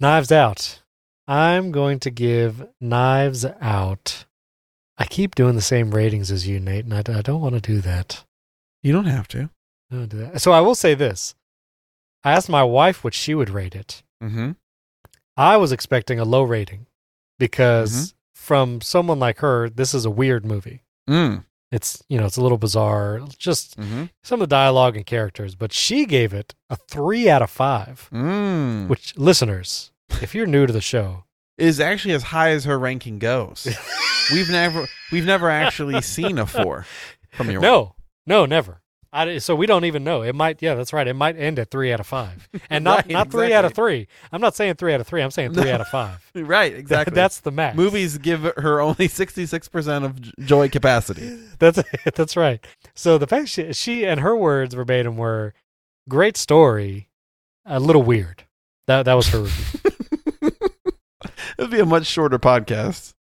Speaker 1: Knives Out. I'm going to give Knives Out. I keep doing the same ratings as you, Nate, and I, I don't want to do that.
Speaker 2: You don't have to.
Speaker 1: I don't wanna do that. So I will say this. I asked my wife what she would rate it.
Speaker 2: Mm-hmm.
Speaker 1: I was expecting a low rating because from someone like her, this is a weird movie.
Speaker 2: Mm.
Speaker 1: It's you know, it's a little bizarre, just
Speaker 2: Mm-hmm.
Speaker 1: some of the dialogue and characters, but she gave it a three out of five.
Speaker 2: Mm.
Speaker 1: Which
Speaker 2: [LAUGHS]
Speaker 1: listeners, if you're new to the show,
Speaker 2: is actually as high as her
Speaker 1: [LAUGHS]
Speaker 2: ranking goes. we've never we've never actually seen a four from your
Speaker 1: no, no, never. I, di- so we don't even know. It might, yeah, that's right. It might end at three out of
Speaker 2: [LAUGHS]
Speaker 1: five, and not
Speaker 2: Right,
Speaker 1: not three out of
Speaker 2: exactly.
Speaker 1: three. I'm not saying three out of three. I'm saying three
Speaker 2: [LAUGHS]
Speaker 1: out of five.
Speaker 2: right
Speaker 1: [LAUGHS]
Speaker 2: exactly.
Speaker 1: that's the max.
Speaker 2: movies give her only sixty six percent of j- joy capacity.
Speaker 1: That's [LAUGHS] that's right. So the fact she, she and her words verbatim were great story, a little weird. That that was her
Speaker 2: [LAUGHS]
Speaker 1: review.
Speaker 2: It'd be a much shorter podcast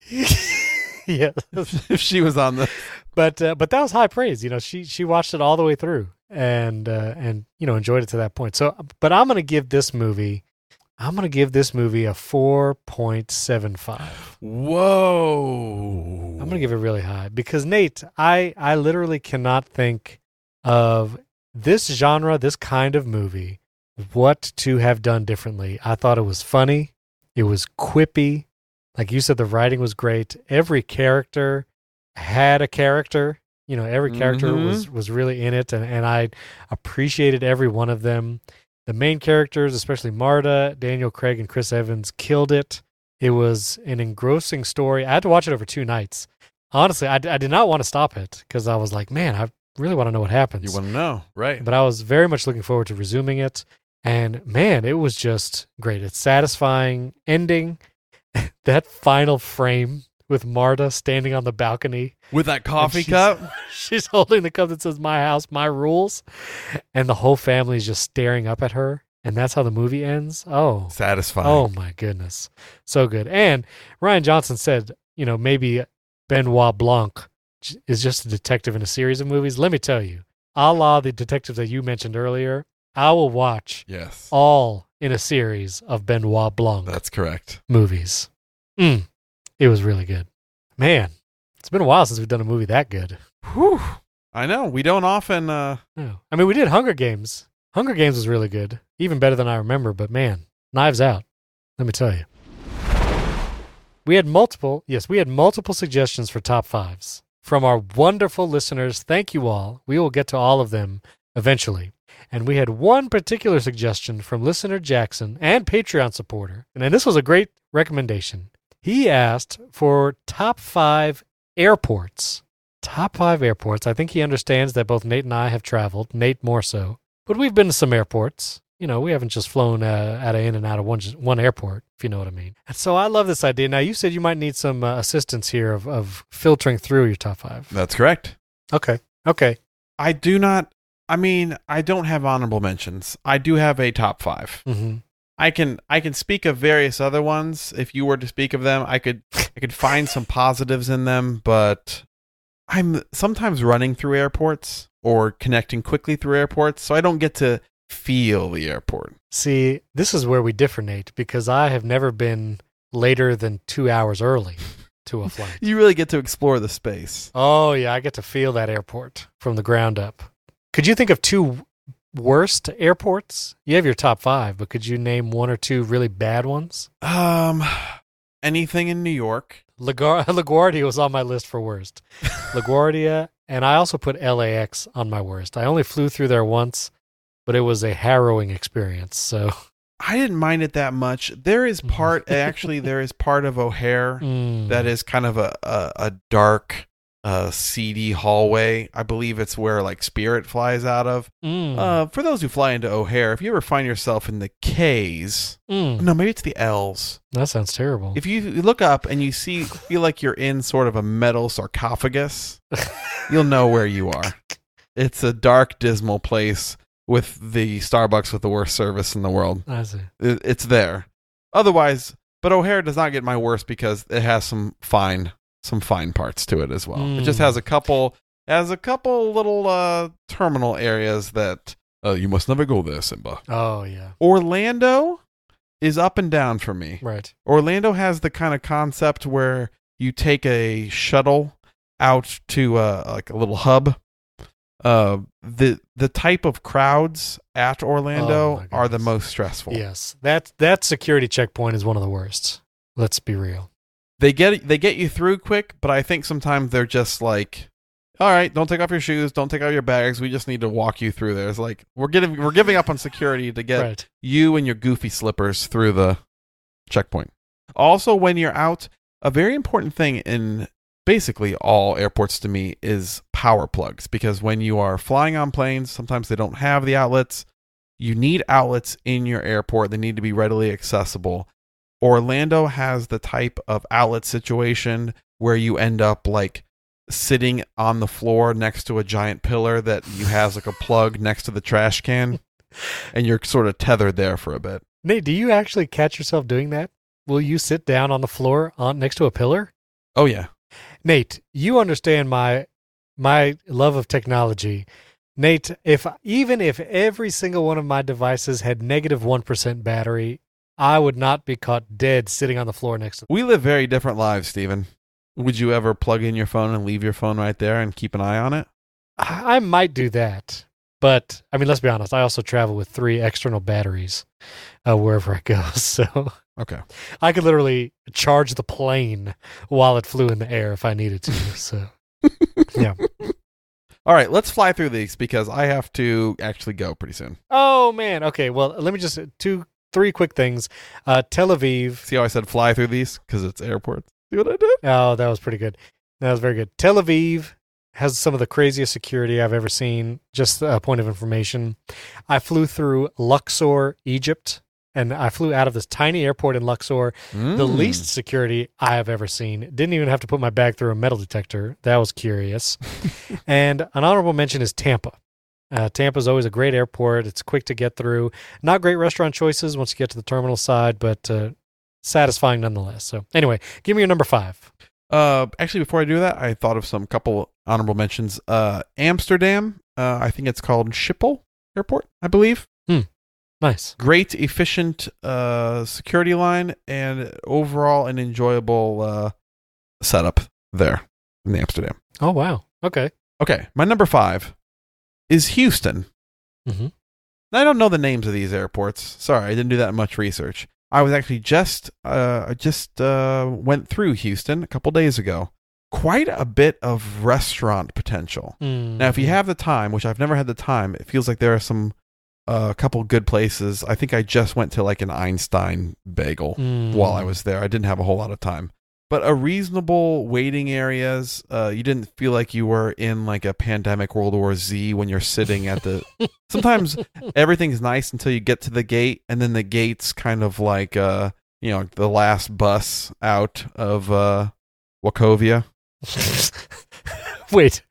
Speaker 2: [LAUGHS]
Speaker 1: yeah,
Speaker 2: if she was on the.
Speaker 1: but uh, but that was high praise. You know, she she watched it all the way through and uh, and you know enjoyed it to that point. So, but I'm gonna give this movie, I'm gonna give this movie a four point seven five.
Speaker 2: Whoa!
Speaker 1: I'm gonna give it really high because Nate, I I literally cannot think of this genre, this kind of movie, what to have done differently. I thought it was funny. It was quippy. Like you said, the writing was great. Every character had a character. You know, every character
Speaker 2: Mhm.
Speaker 1: was was really in it, and, and I appreciated every one of them. The main characters, especially Marta, Daniel Craig, and Chris Evans, killed it. It was an engrossing story. I had to watch it over two nights. Honestly, I, d- I did not want to stop it because I was like, man, I really want to know what happens
Speaker 2: You want to know, right?
Speaker 1: but I was very much looking forward to resuming it. And man, it was just great. It's satisfying ending. [LAUGHS] that final frame with Marta standing on the balcony. [LAUGHS]
Speaker 2: With that
Speaker 1: and
Speaker 2: coffee
Speaker 1: she's-
Speaker 2: cup.
Speaker 1: She's holding the cup that says my house, my rules. And the whole family is just staring up at her. And that's how the movie ends. Oh.
Speaker 2: Satisfying.
Speaker 1: Oh my goodness. So good. And Ryan Johnson said, you know, maybe Benoit Blanc j- is just a detective in a series of movies. Let me tell you, a la the detective that you mentioned earlier, I will watch
Speaker 2: Yes.
Speaker 1: all in a series of Benoit Blanc
Speaker 2: That's correct.
Speaker 1: movies. Mm, it was really good. Man, it's been a while since we've done a movie that good.
Speaker 2: Whew. I know. We don't often uh
Speaker 1: No. I mean, we did Hunger Games. Hunger Games was really good, even better than I remember, but man, Knives Out. Let me tell you. We had multiple, yes, we had multiple suggestions for top fives from our wonderful listeners. Thank you all. We will get to all of them eventually. And we had one particular suggestion from listener Jackson and Patreon supporter. And then this was a great recommendation. He asked for top five airports. Top five airports. I think he understands that both Nate and I have traveled, Nate more so. But we've been to some airports. You know, we haven't just flown uh, out of in and out of one, just one airport, if you know what I mean. And so I love this idea. Now, you said you might need some uh, assistance here of, of filtering through your top five.
Speaker 2: That's correct.
Speaker 1: Okay. Okay.
Speaker 2: I do not. I mean, I don't have honorable mentions. I do have a top five.
Speaker 1: Mm-hmm.
Speaker 2: I can I can speak of various other ones. If you were to speak of them, I could I could find some positives in them, but I'm sometimes running through airports or connecting quickly through airports, so I don't get to feel the airport.
Speaker 1: See, this is where we differ, Nate, because I have never been later than two hours early to a
Speaker 2: [LAUGHS]
Speaker 1: flight.
Speaker 2: You really get to explore the space.
Speaker 1: Oh yeah, I get to feel that airport from the ground up. Could you think of two worst airports? You have your top five, but could you name one or two really bad ones?
Speaker 2: Um anything in New York.
Speaker 1: LaGuar- [LAUGHS] LaGuardia was on my list for worst. LaGuardia, and I also put LAX on my worst. I only flew through there once, but it was a harrowing experience. So,
Speaker 2: I didn't mind it that much. There is part actually there is part
Speaker 1: [LAUGHS]
Speaker 2: of O'Hare
Speaker 1: mm,
Speaker 2: that is kind of a, a, a dark uh, seedy hallway. I believe it's where like Spirit flies out of.
Speaker 1: mm,
Speaker 2: Uh, for those who fly into O'Hare, if you ever find yourself in the K's,
Speaker 1: mm.
Speaker 2: no, maybe it's the L's.
Speaker 1: that sounds terrible.
Speaker 2: If you look up and you see, feel like you're in sort of a metal sarcophagus, you'll know where you are. It's a dark, dismal place with the Starbucks with the worst service in the world.
Speaker 1: I see.
Speaker 2: It- It's there. Otherwise, but O'Hare does not get my worst because it has some fine, some fine parts to it as well. It just
Speaker 1: Mm.
Speaker 2: has a couple, has a couple little uh, terminal areas that uh, you must never go there, Simba.
Speaker 1: Oh yeah,
Speaker 2: Orlando is up and down for me.
Speaker 1: right.
Speaker 2: Orlando has the kind of concept where you take a shuttle out to uh, like a little hub. Uh, the the type of crowds at
Speaker 1: Oh,
Speaker 2: Orlando
Speaker 1: my
Speaker 2: are the
Speaker 1: goodness.
Speaker 2: most stressful.
Speaker 1: Yes, that that security checkpoint is one of the worst. Let's be real.
Speaker 2: They get they get you through quick, but I think sometimes they're just like, all right, don't take off your shoes, don't take out your bags. We just need to walk you through there. It's like we're getting we're giving up on security to get
Speaker 1: Right.
Speaker 2: you and your goofy slippers through the checkpoint. Also, when you're out, a very important thing in basically all airports to me is power plugs because when you are flying on planes, sometimes they don't have the outlets. You need outlets in your airport, they need to be readily accessible. Orlando has the type of outlet situation where you end up like sitting on the floor next to a giant pillar that you has like a plug next to the trash can and you're sort of tethered there for a bit.
Speaker 1: Nate, do you actually catch yourself doing that? Will you sit down on the floor on next to a pillar?
Speaker 2: Oh yeah.
Speaker 1: Nate, you understand my my love of technology. Nate, if even if every single one of my devices had negative 1% battery, I would not be caught dead sitting on the floor next to
Speaker 2: We live very different lives, Stephen. Would you ever plug in your phone and leave your phone right there and keep an eye on it?
Speaker 1: I I might do that. But I mean, let's be honest, I also travel with three external batteries uh, wherever I go. [LAUGHS] So
Speaker 2: Okay.
Speaker 1: I could literally charge the plane while it flew in the air if I needed to. So yeah.
Speaker 2: All right, let's fly through these because I have to actually go pretty soon.
Speaker 1: Oh man. Okay. Well, let me just uh, two, three quick things. Uh, Tel Aviv.
Speaker 2: See how I said fly through these because it's airports. See what I did?
Speaker 1: Oh, that was pretty good. That was very good. Tel Aviv has some of the craziest security I've ever seen. Just a point of information. I flew through Luxor, Egypt, and I flew out of this tiny airport in Luxor. The
Speaker 2: Mm.
Speaker 1: least security I have ever seen. Didn't even have to put my bag through a metal detector. That was curious. and an honorable mention is Tampa. Uh, Tampa is always a great airport. It's quick to get through. Not great restaurant choices once you get to the terminal side, but uh, satisfying nonetheless. So, anyway, give me your number five.
Speaker 2: Uh, actually, before I do that, I thought of some couple honorable mentions. Uh, Amsterdam. Uh, I think it's called Schiphol Airport, I believe.
Speaker 1: Nice.
Speaker 2: great efficient uh security line and overall an enjoyable uh setup there in amsterdam
Speaker 1: Oh, wow. Okay.
Speaker 2: okay my number five is houston
Speaker 1: Mhm.
Speaker 2: i don't know the names of these airports sorry i didn't do that much research i was actually just uh i just uh went through houston a couple days ago quite a bit of restaurant potential
Speaker 1: Mm.
Speaker 2: now, if you have the time, which I've never had the time, it feels like there are some a couple good places. I think I just went to like an Einstein bagel
Speaker 1: Mm.
Speaker 2: while I was there. I didn't have a whole lot of time, but a reasonable waiting areas. Uh, you didn't feel like you were in like a pandemic World War Z when you're sitting at the. sometimes everything's nice until you get to the gate, and then the gate's kind of like uh, you know the last bus out of uh, Wachovia.
Speaker 1: [LAUGHS] Wait,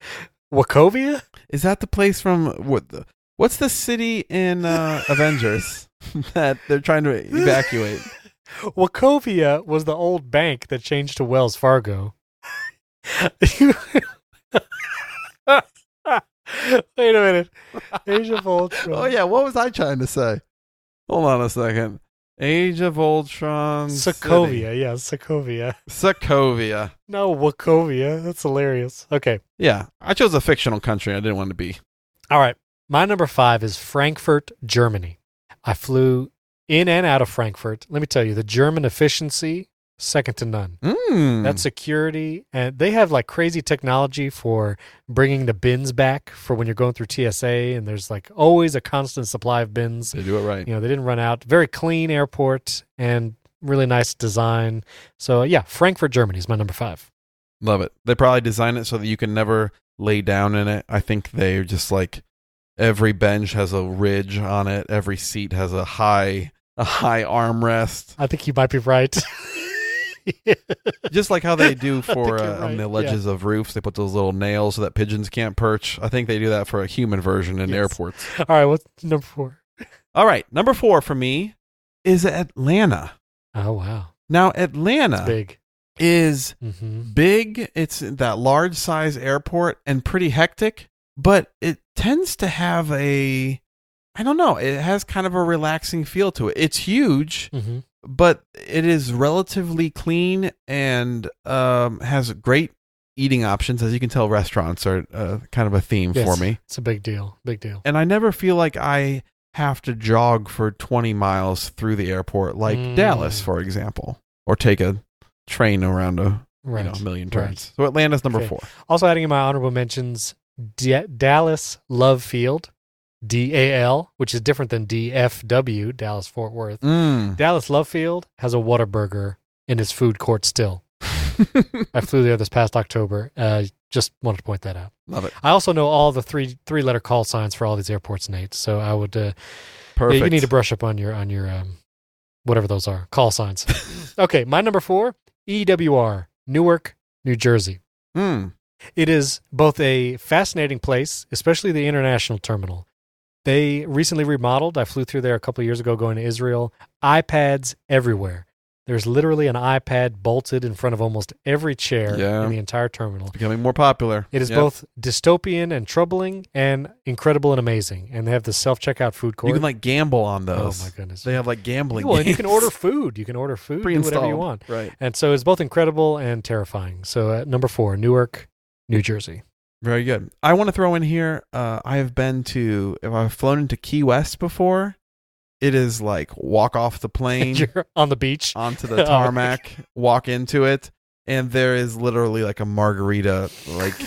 Speaker 1: Wachovia?
Speaker 2: Is that the place from what? The, what's the city in [LAUGHS] uh, Avengers that they're trying to evacuate?
Speaker 1: Wachovia was the old bank that changed to Wells Fargo. [LAUGHS] Wait a minute. Age of Ultron.
Speaker 2: [LAUGHS] [LAUGHS] Oh yeah, what was I trying to say? Hold on a second. Age of Ultron. City.
Speaker 1: Sokovia. Yeah, Sokovia.
Speaker 2: Sokovia.
Speaker 1: No, Wachovia. That's hilarious. Okay.
Speaker 2: Yeah, I chose a fictional country I didn't want to be.
Speaker 1: All right. My number five is Frankfurt, Germany. I flew in and out of Frankfurt. Let me tell you, the German efficiency, second to none.
Speaker 2: Mm.
Speaker 1: That security, and they have like crazy technology for bringing the bins back for when you're going through TSA, and there's like always a constant supply of bins.
Speaker 2: they do it right.
Speaker 1: You know, they didn't run out. Very clean airport and really nice design. So, uh, yeah, Frankfurt, Germany is my number five.
Speaker 2: Love it. They probably design it so that you can never lay down in it. I think they just like every bench has a ridge on it. Every seat has a high a high armrest.
Speaker 1: I think you might be
Speaker 2: [LAUGHS]
Speaker 1: right. [LAUGHS]
Speaker 2: Just like how they do for
Speaker 1: think you're
Speaker 2: uh, on
Speaker 1: right,
Speaker 2: the ledges of roofs, they put those little nails so that pigeons can't perch. I think they do that for a human version in
Speaker 1: Yes.
Speaker 2: airports.
Speaker 1: All right, what's number four?
Speaker 2: All right, number four for me is Atlanta.
Speaker 1: Oh, wow.
Speaker 2: Now
Speaker 1: It's
Speaker 2: Atlanta
Speaker 1: big.
Speaker 2: is
Speaker 1: Mm-hmm.
Speaker 2: big. It's that large size airport and pretty hectic, but it tends to have a, I don't know, it has kind of a relaxing feel to it. It's huge,
Speaker 1: Mm-hmm.
Speaker 2: but it is relatively clean and um, has great eating options. As you can tell, restaurants are uh, kind of a theme for me.
Speaker 1: It's a big deal. Big deal.
Speaker 2: And I never feel like I have to jog for 20 miles through the airport like
Speaker 1: Mm.
Speaker 2: Dallas, for example, or take a train around a you
Speaker 1: Right.
Speaker 2: know, a million
Speaker 1: Right.
Speaker 2: turns. So Atlanta's number
Speaker 1: Okay.
Speaker 2: four.
Speaker 1: Also, adding in my honorable mentions, D- Dallas Love Field, DAL, which is different than DFW, Dallas Fort Worth.
Speaker 2: Mm.
Speaker 1: Dallas Love Field has a Whataburger in its food court still. I flew there this past October. Uh, just wanted to point that out.
Speaker 2: Love it.
Speaker 1: I also know all the three three letter call signs for all these airports, Nate. So I would uh,
Speaker 2: Perfect.
Speaker 1: Yeah, you need to brush up on your on your um, whatever those are call signs. okay, my number four EWR Newark, New Jersey.
Speaker 2: Mm.
Speaker 1: It is both a fascinating place, especially the international terminal. They recently remodeled. I flew through there a couple years ago going to Israel. iPads everywhere. There's literally an iPad bolted in front of almost every chair
Speaker 2: Yeah.
Speaker 1: in the entire terminal.
Speaker 2: Becoming more popular.
Speaker 1: It is
Speaker 2: Yep.
Speaker 1: both dystopian and troubling and incredible and amazing. And they have the self checkout food court.
Speaker 2: You can like gamble on those.
Speaker 1: Oh, my goodness.
Speaker 2: They have like gambling.
Speaker 1: Well, and you can
Speaker 2: games.
Speaker 1: order food. You can order food, do whatever you
Speaker 2: Pre-installed.
Speaker 1: want.
Speaker 2: Right.
Speaker 1: And so it's both incredible and terrifying. So at number four, Newark, New Jersey. [LAUGHS]
Speaker 2: Very good. I want to throw in here. Uh, I have been to. If I've flown into Key West before, it is like walk off the
Speaker 1: [LAUGHS]
Speaker 2: plane
Speaker 1: You're on the beach.
Speaker 2: onto
Speaker 1: [LAUGHS] Oh, my
Speaker 2: the tarmac, walk into it, and there is literally like a margarita like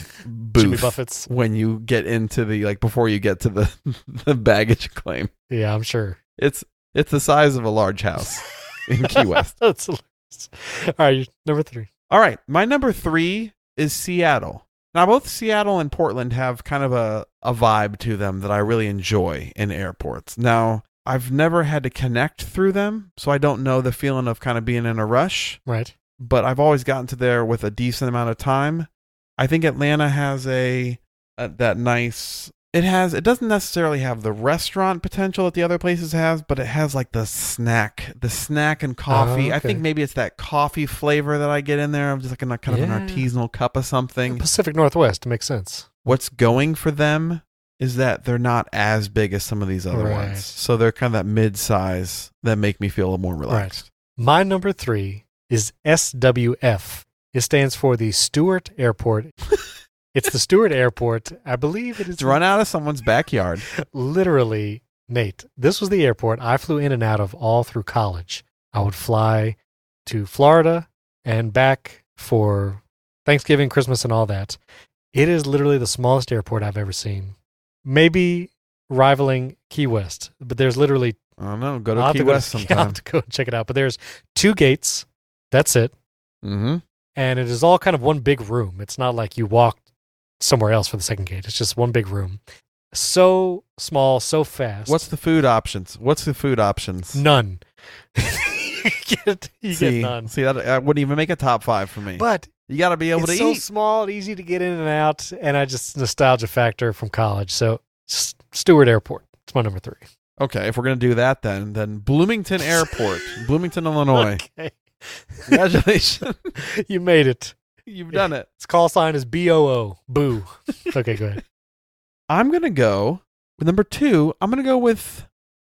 Speaker 1: [LAUGHS]
Speaker 2: booth.
Speaker 1: Jimmy Buffett's.
Speaker 2: When you get into the like before you get to the [LAUGHS] the baggage claim.
Speaker 1: Yeah, I'm sure.
Speaker 2: It's it's the size of a large house in
Speaker 1: [LAUGHS]
Speaker 2: Key West.
Speaker 1: That's hilarious. All right, you- number three.
Speaker 2: All right, my number three is Seattle. Now both Seattle and Portland have kind of a, a vibe to them that I really enjoy in airports. Now I've never had to connect through them, so I don't know the feeling of kind of being in a rush.
Speaker 1: Right.
Speaker 2: But I've always gotten to there with a decent amount of time. I think Atlanta has a, a that nice. It has. It doesn't necessarily have the restaurant potential that the other places have, but it has like the snack, the snack and coffee. I
Speaker 1: Oh, okay.
Speaker 2: think maybe it's that coffee flavor that I get in there. I'm just like in a kind of
Speaker 1: Yeah.
Speaker 2: an artisanal cup of something.
Speaker 1: Pacific Northwest makes sense.
Speaker 2: What's going for them is that they're not as big as some of these other
Speaker 1: Right.
Speaker 2: ones, so they're kind of that mid-size that make me feel more relaxed.
Speaker 1: My number three is SWF. It stands for the Stewart
Speaker 2: [LAUGHS]
Speaker 1: Airport. it's the Stewart Airport. I believe it is
Speaker 2: It's run out of someone's backyard.
Speaker 1: literally, Nate, this was the airport I flew in and out of all through college. I would fly to Florida and back for Thanksgiving, Christmas, and all that. It is literally the smallest airport I've ever seen, maybe rivaling Key West, but there's literally
Speaker 2: I don't know. Go
Speaker 1: [LAUGHS]
Speaker 2: to
Speaker 1: I'll have
Speaker 2: Key
Speaker 1: to go
Speaker 2: West
Speaker 1: to- I'll
Speaker 2: sometime.
Speaker 1: have to go check it out. But there's two gates. That's it.
Speaker 2: Mm-hmm.
Speaker 1: and it is all kind of one big room. It's not like you walked somewhere else for the second gate. It's just one big room. So small, so fast.
Speaker 2: What's the food options? What's the food options?
Speaker 1: none? [LAUGHS] you get, you
Speaker 2: see,
Speaker 1: get none.
Speaker 2: see that, that wouldn't even make a top five for me.
Speaker 1: But
Speaker 2: you got to be able
Speaker 1: it's
Speaker 2: to
Speaker 1: so
Speaker 2: eat.
Speaker 1: small, and easy to get in and out, and I just nostalgia factor from college. So S- Stewart Airport. It's my number three.
Speaker 2: Okay, if we're gonna do that, then then Bloomington
Speaker 1: [LAUGHS]
Speaker 2: Airport, Bloomington, Illinois.
Speaker 1: Okay.
Speaker 2: Congratulations,
Speaker 1: [LAUGHS] you made it.
Speaker 2: you've done it.
Speaker 1: Its call sign is B O O. Boo. Okay, go [LAUGHS] ahead.
Speaker 2: I'm gonna go with number two. I'm gonna go with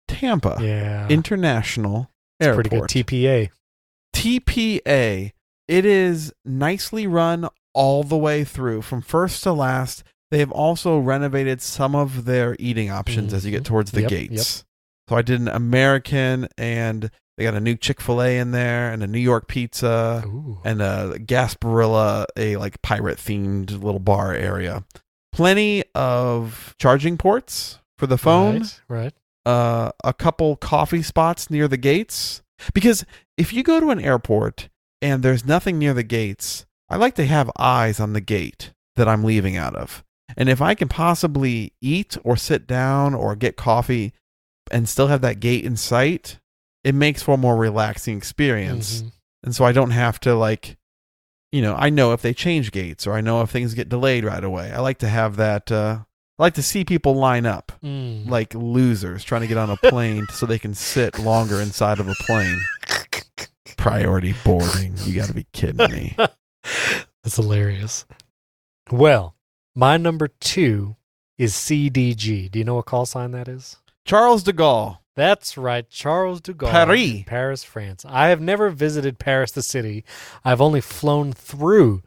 Speaker 2: Tampa
Speaker 1: Yeah,
Speaker 2: International
Speaker 1: it's
Speaker 2: Airport.
Speaker 1: pretty good TPA.
Speaker 2: TPA. It is nicely run all the way through from first to last. They have also renovated some of their eating options as you get
Speaker 1: Mhm.
Speaker 2: towards the
Speaker 1: Yep, yep.
Speaker 2: gates. So I did an American and they got a new Chick-fil-A in there and a New York pizza
Speaker 1: Ooh.
Speaker 2: and a Gasparilla, a like pirate themed little bar area. Plenty of charging ports for the phone
Speaker 1: Right, right.
Speaker 2: uh, a couple coffee spots near the gates. Because if you go to an airport and there's nothing near the gates, I like to have eyes on the gate that I'm leaving out of. And if I can possibly eat or sit down or get coffee and still have that gate in sight, it makes for a more relaxing experience.
Speaker 1: Mhm.
Speaker 2: And so I don't have to, like, you know, I know if they change gates or I know if things get delayed right away. I like to have that, uh, I like to see people line up
Speaker 1: Mm.
Speaker 2: like losers trying to get on a plane so they can sit longer inside of a plane.
Speaker 1: Mm. [LAUGHS]
Speaker 2: Priority boarding. You got to be kidding me.
Speaker 1: That's hilarious. Well, my number two is CDG. Do you know what call sign that is?
Speaker 2: [LAUGHS] Charles de Gaulle.
Speaker 1: That's right, Charles de Gaulle,
Speaker 2: Paris.
Speaker 1: in Paris, France. I have never visited Paris, the city. I've only flown through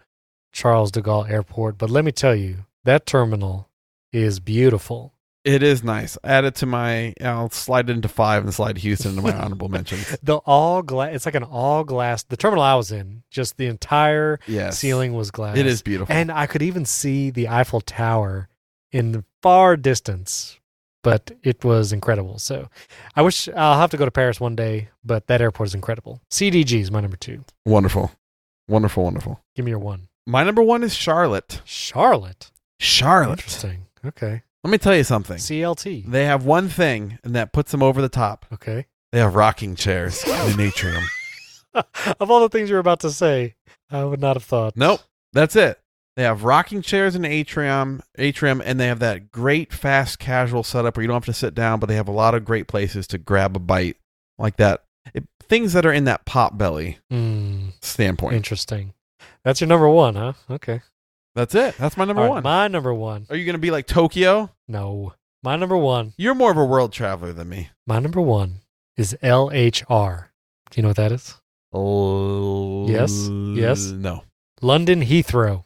Speaker 1: Charles de Gaulle Airport, but let me tell you, that terminal is beautiful.
Speaker 2: It is nice. Add it to my, I'll slide it into five and slide Houston into my honorable mentions.
Speaker 1: The all glass, it's like an all glass. The terminal I was in, just the entire
Speaker 2: [LAUGHS] Yes.
Speaker 1: ceiling was glass.
Speaker 2: It is beautiful.
Speaker 1: And I could even see the Eiffel Tower in the far distance, but it was incredible. So I wish I'll have to go to Paris one day, but that airport is incredible. CDG is my number two.
Speaker 2: wonderful. Wonderful, wonderful.
Speaker 1: Give me your one.
Speaker 2: My number one is Charlotte.
Speaker 1: Charlotte.
Speaker 2: Charlotte.
Speaker 1: Interesting. Okay.
Speaker 2: Let me tell you something.
Speaker 1: CLT.
Speaker 2: They have one thing, and that puts them over the top.
Speaker 1: Okay. [LAUGHS]
Speaker 2: They have rocking chairs in an atrium.
Speaker 1: of all the things you were about to say, I would not have thought.
Speaker 2: Nope. That's it. They have rocking chairs in the atrium, atrium, and they have that great fast casual setup where you don't have to sit down, but they have a lot of great places to grab a bite like that. It, things that are in that pot belly
Speaker 1: Mm,
Speaker 2: standpoint.
Speaker 1: interesting. That's your number one, huh? Okay.
Speaker 2: That's it. That's my number
Speaker 1: All right,
Speaker 2: one.
Speaker 1: My number one.
Speaker 2: are you going to be like Tokyo?
Speaker 1: No. My number one.
Speaker 2: You're more of a world traveler than me.
Speaker 1: My number one is LHR. Do you know what that is? Oh, Yes. Yes.
Speaker 2: No.
Speaker 1: London
Speaker 2: [LAUGHS]
Speaker 1: Heathrow.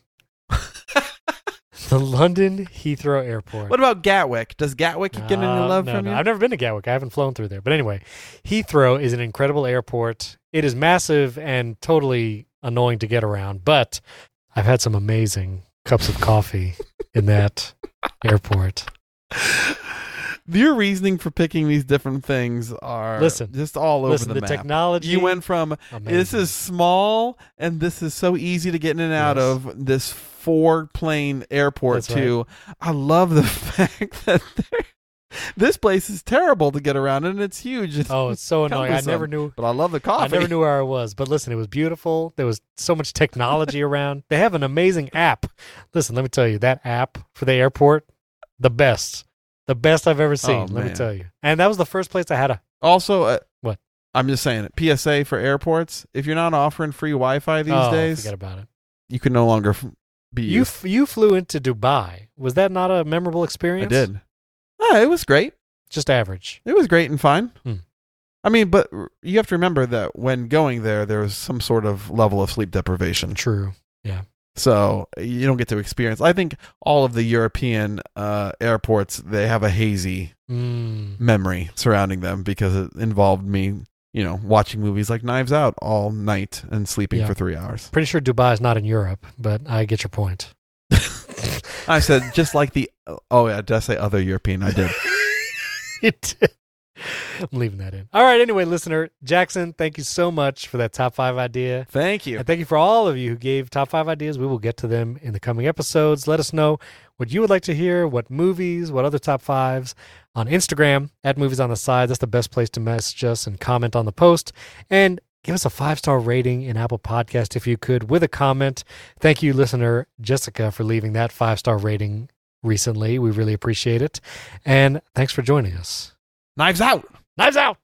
Speaker 1: the London Heathrow Airport.
Speaker 2: What about Gatwick? Does Gatwick get any
Speaker 1: Uh,
Speaker 2: love
Speaker 1: no,
Speaker 2: from
Speaker 1: no.
Speaker 2: you?
Speaker 1: I've never been to Gatwick. I haven't flown through there. But anyway, Heathrow is an incredible airport. It is massive and totally annoying to get around, but I've had some amazing cups of coffee in
Speaker 2: [LAUGHS]
Speaker 1: that airport.
Speaker 2: Your reasoning for picking these different things are
Speaker 1: Listen.
Speaker 2: just all over
Speaker 1: Listen,
Speaker 2: the,
Speaker 1: the,
Speaker 2: map.
Speaker 1: technology.
Speaker 2: You went from
Speaker 1: amazing.
Speaker 2: This is small, and this is so easy to get in and out
Speaker 1: Yes.
Speaker 2: of this four plane airport,
Speaker 1: That's right.
Speaker 2: too. I love the [LAUGHS] fact that there- this place is terrible to get around, and it's huge. [LAUGHS] and
Speaker 1: Oh, it's so annoying. I
Speaker 2: cumbersome.
Speaker 1: never knew.
Speaker 2: But I love the coffee.
Speaker 1: I never knew where I was, but listen, it was beautiful. There was so much
Speaker 2: [LAUGHS]
Speaker 1: technology around. They have an amazing app. Listen, let me tell you, that app for the airport, the best, the best I've ever seen.
Speaker 2: Oh,
Speaker 1: let me
Speaker 2: man.
Speaker 1: tell you. And that was the first place I had a.
Speaker 2: Also, uh,
Speaker 1: What?
Speaker 2: I'm just saying it. PSA for airports: if you're not offering free Wi-Fi these
Speaker 1: oh,
Speaker 2: days,
Speaker 1: forget about it.
Speaker 2: you can no longer f- be.
Speaker 1: You
Speaker 2: used.
Speaker 1: f- you flew into Dubai. Was that not a memorable
Speaker 2: I
Speaker 1: experience?
Speaker 2: did. Oh, it was great.
Speaker 1: Just average.
Speaker 2: It was great and fine.
Speaker 1: Hmm.
Speaker 2: I mean, but r- you have to remember that when going there, there was some sort of level of sleep deprivation.
Speaker 1: True.
Speaker 2: So you don't get to experience. I think all of the European uh, airports, they have a hazy
Speaker 1: Mm.
Speaker 2: memory surrounding them because it involved me, you know, watching movies like Knives Out all night and sleeping
Speaker 1: Yeah.
Speaker 2: for three hours.
Speaker 1: Pretty sure Dubai is not in Europe, but I get your point.
Speaker 2: [LAUGHS]
Speaker 1: [LAUGHS]
Speaker 2: I said, just like the, oh, yeah, did I say other European? I did.
Speaker 1: It I'm leaving that in. All right. Anyway, listener Jackson, thank you so much for that top five idea.
Speaker 2: Thank you.
Speaker 1: And thank you for all of you who gave top five ideas. We will get to them in the coming episodes. Let us know what you would like to hear, what movies, what other top fives on Instagram at Movies on the Side. That's the best place to message us and comment on the post. And give us a five star rating in Apple Podcast if you could with a comment. Thank you, listener Jessica, for leaving that five star rating recently. We really appreciate it. And thanks for joining us.
Speaker 2: Knives out.
Speaker 1: Knives out.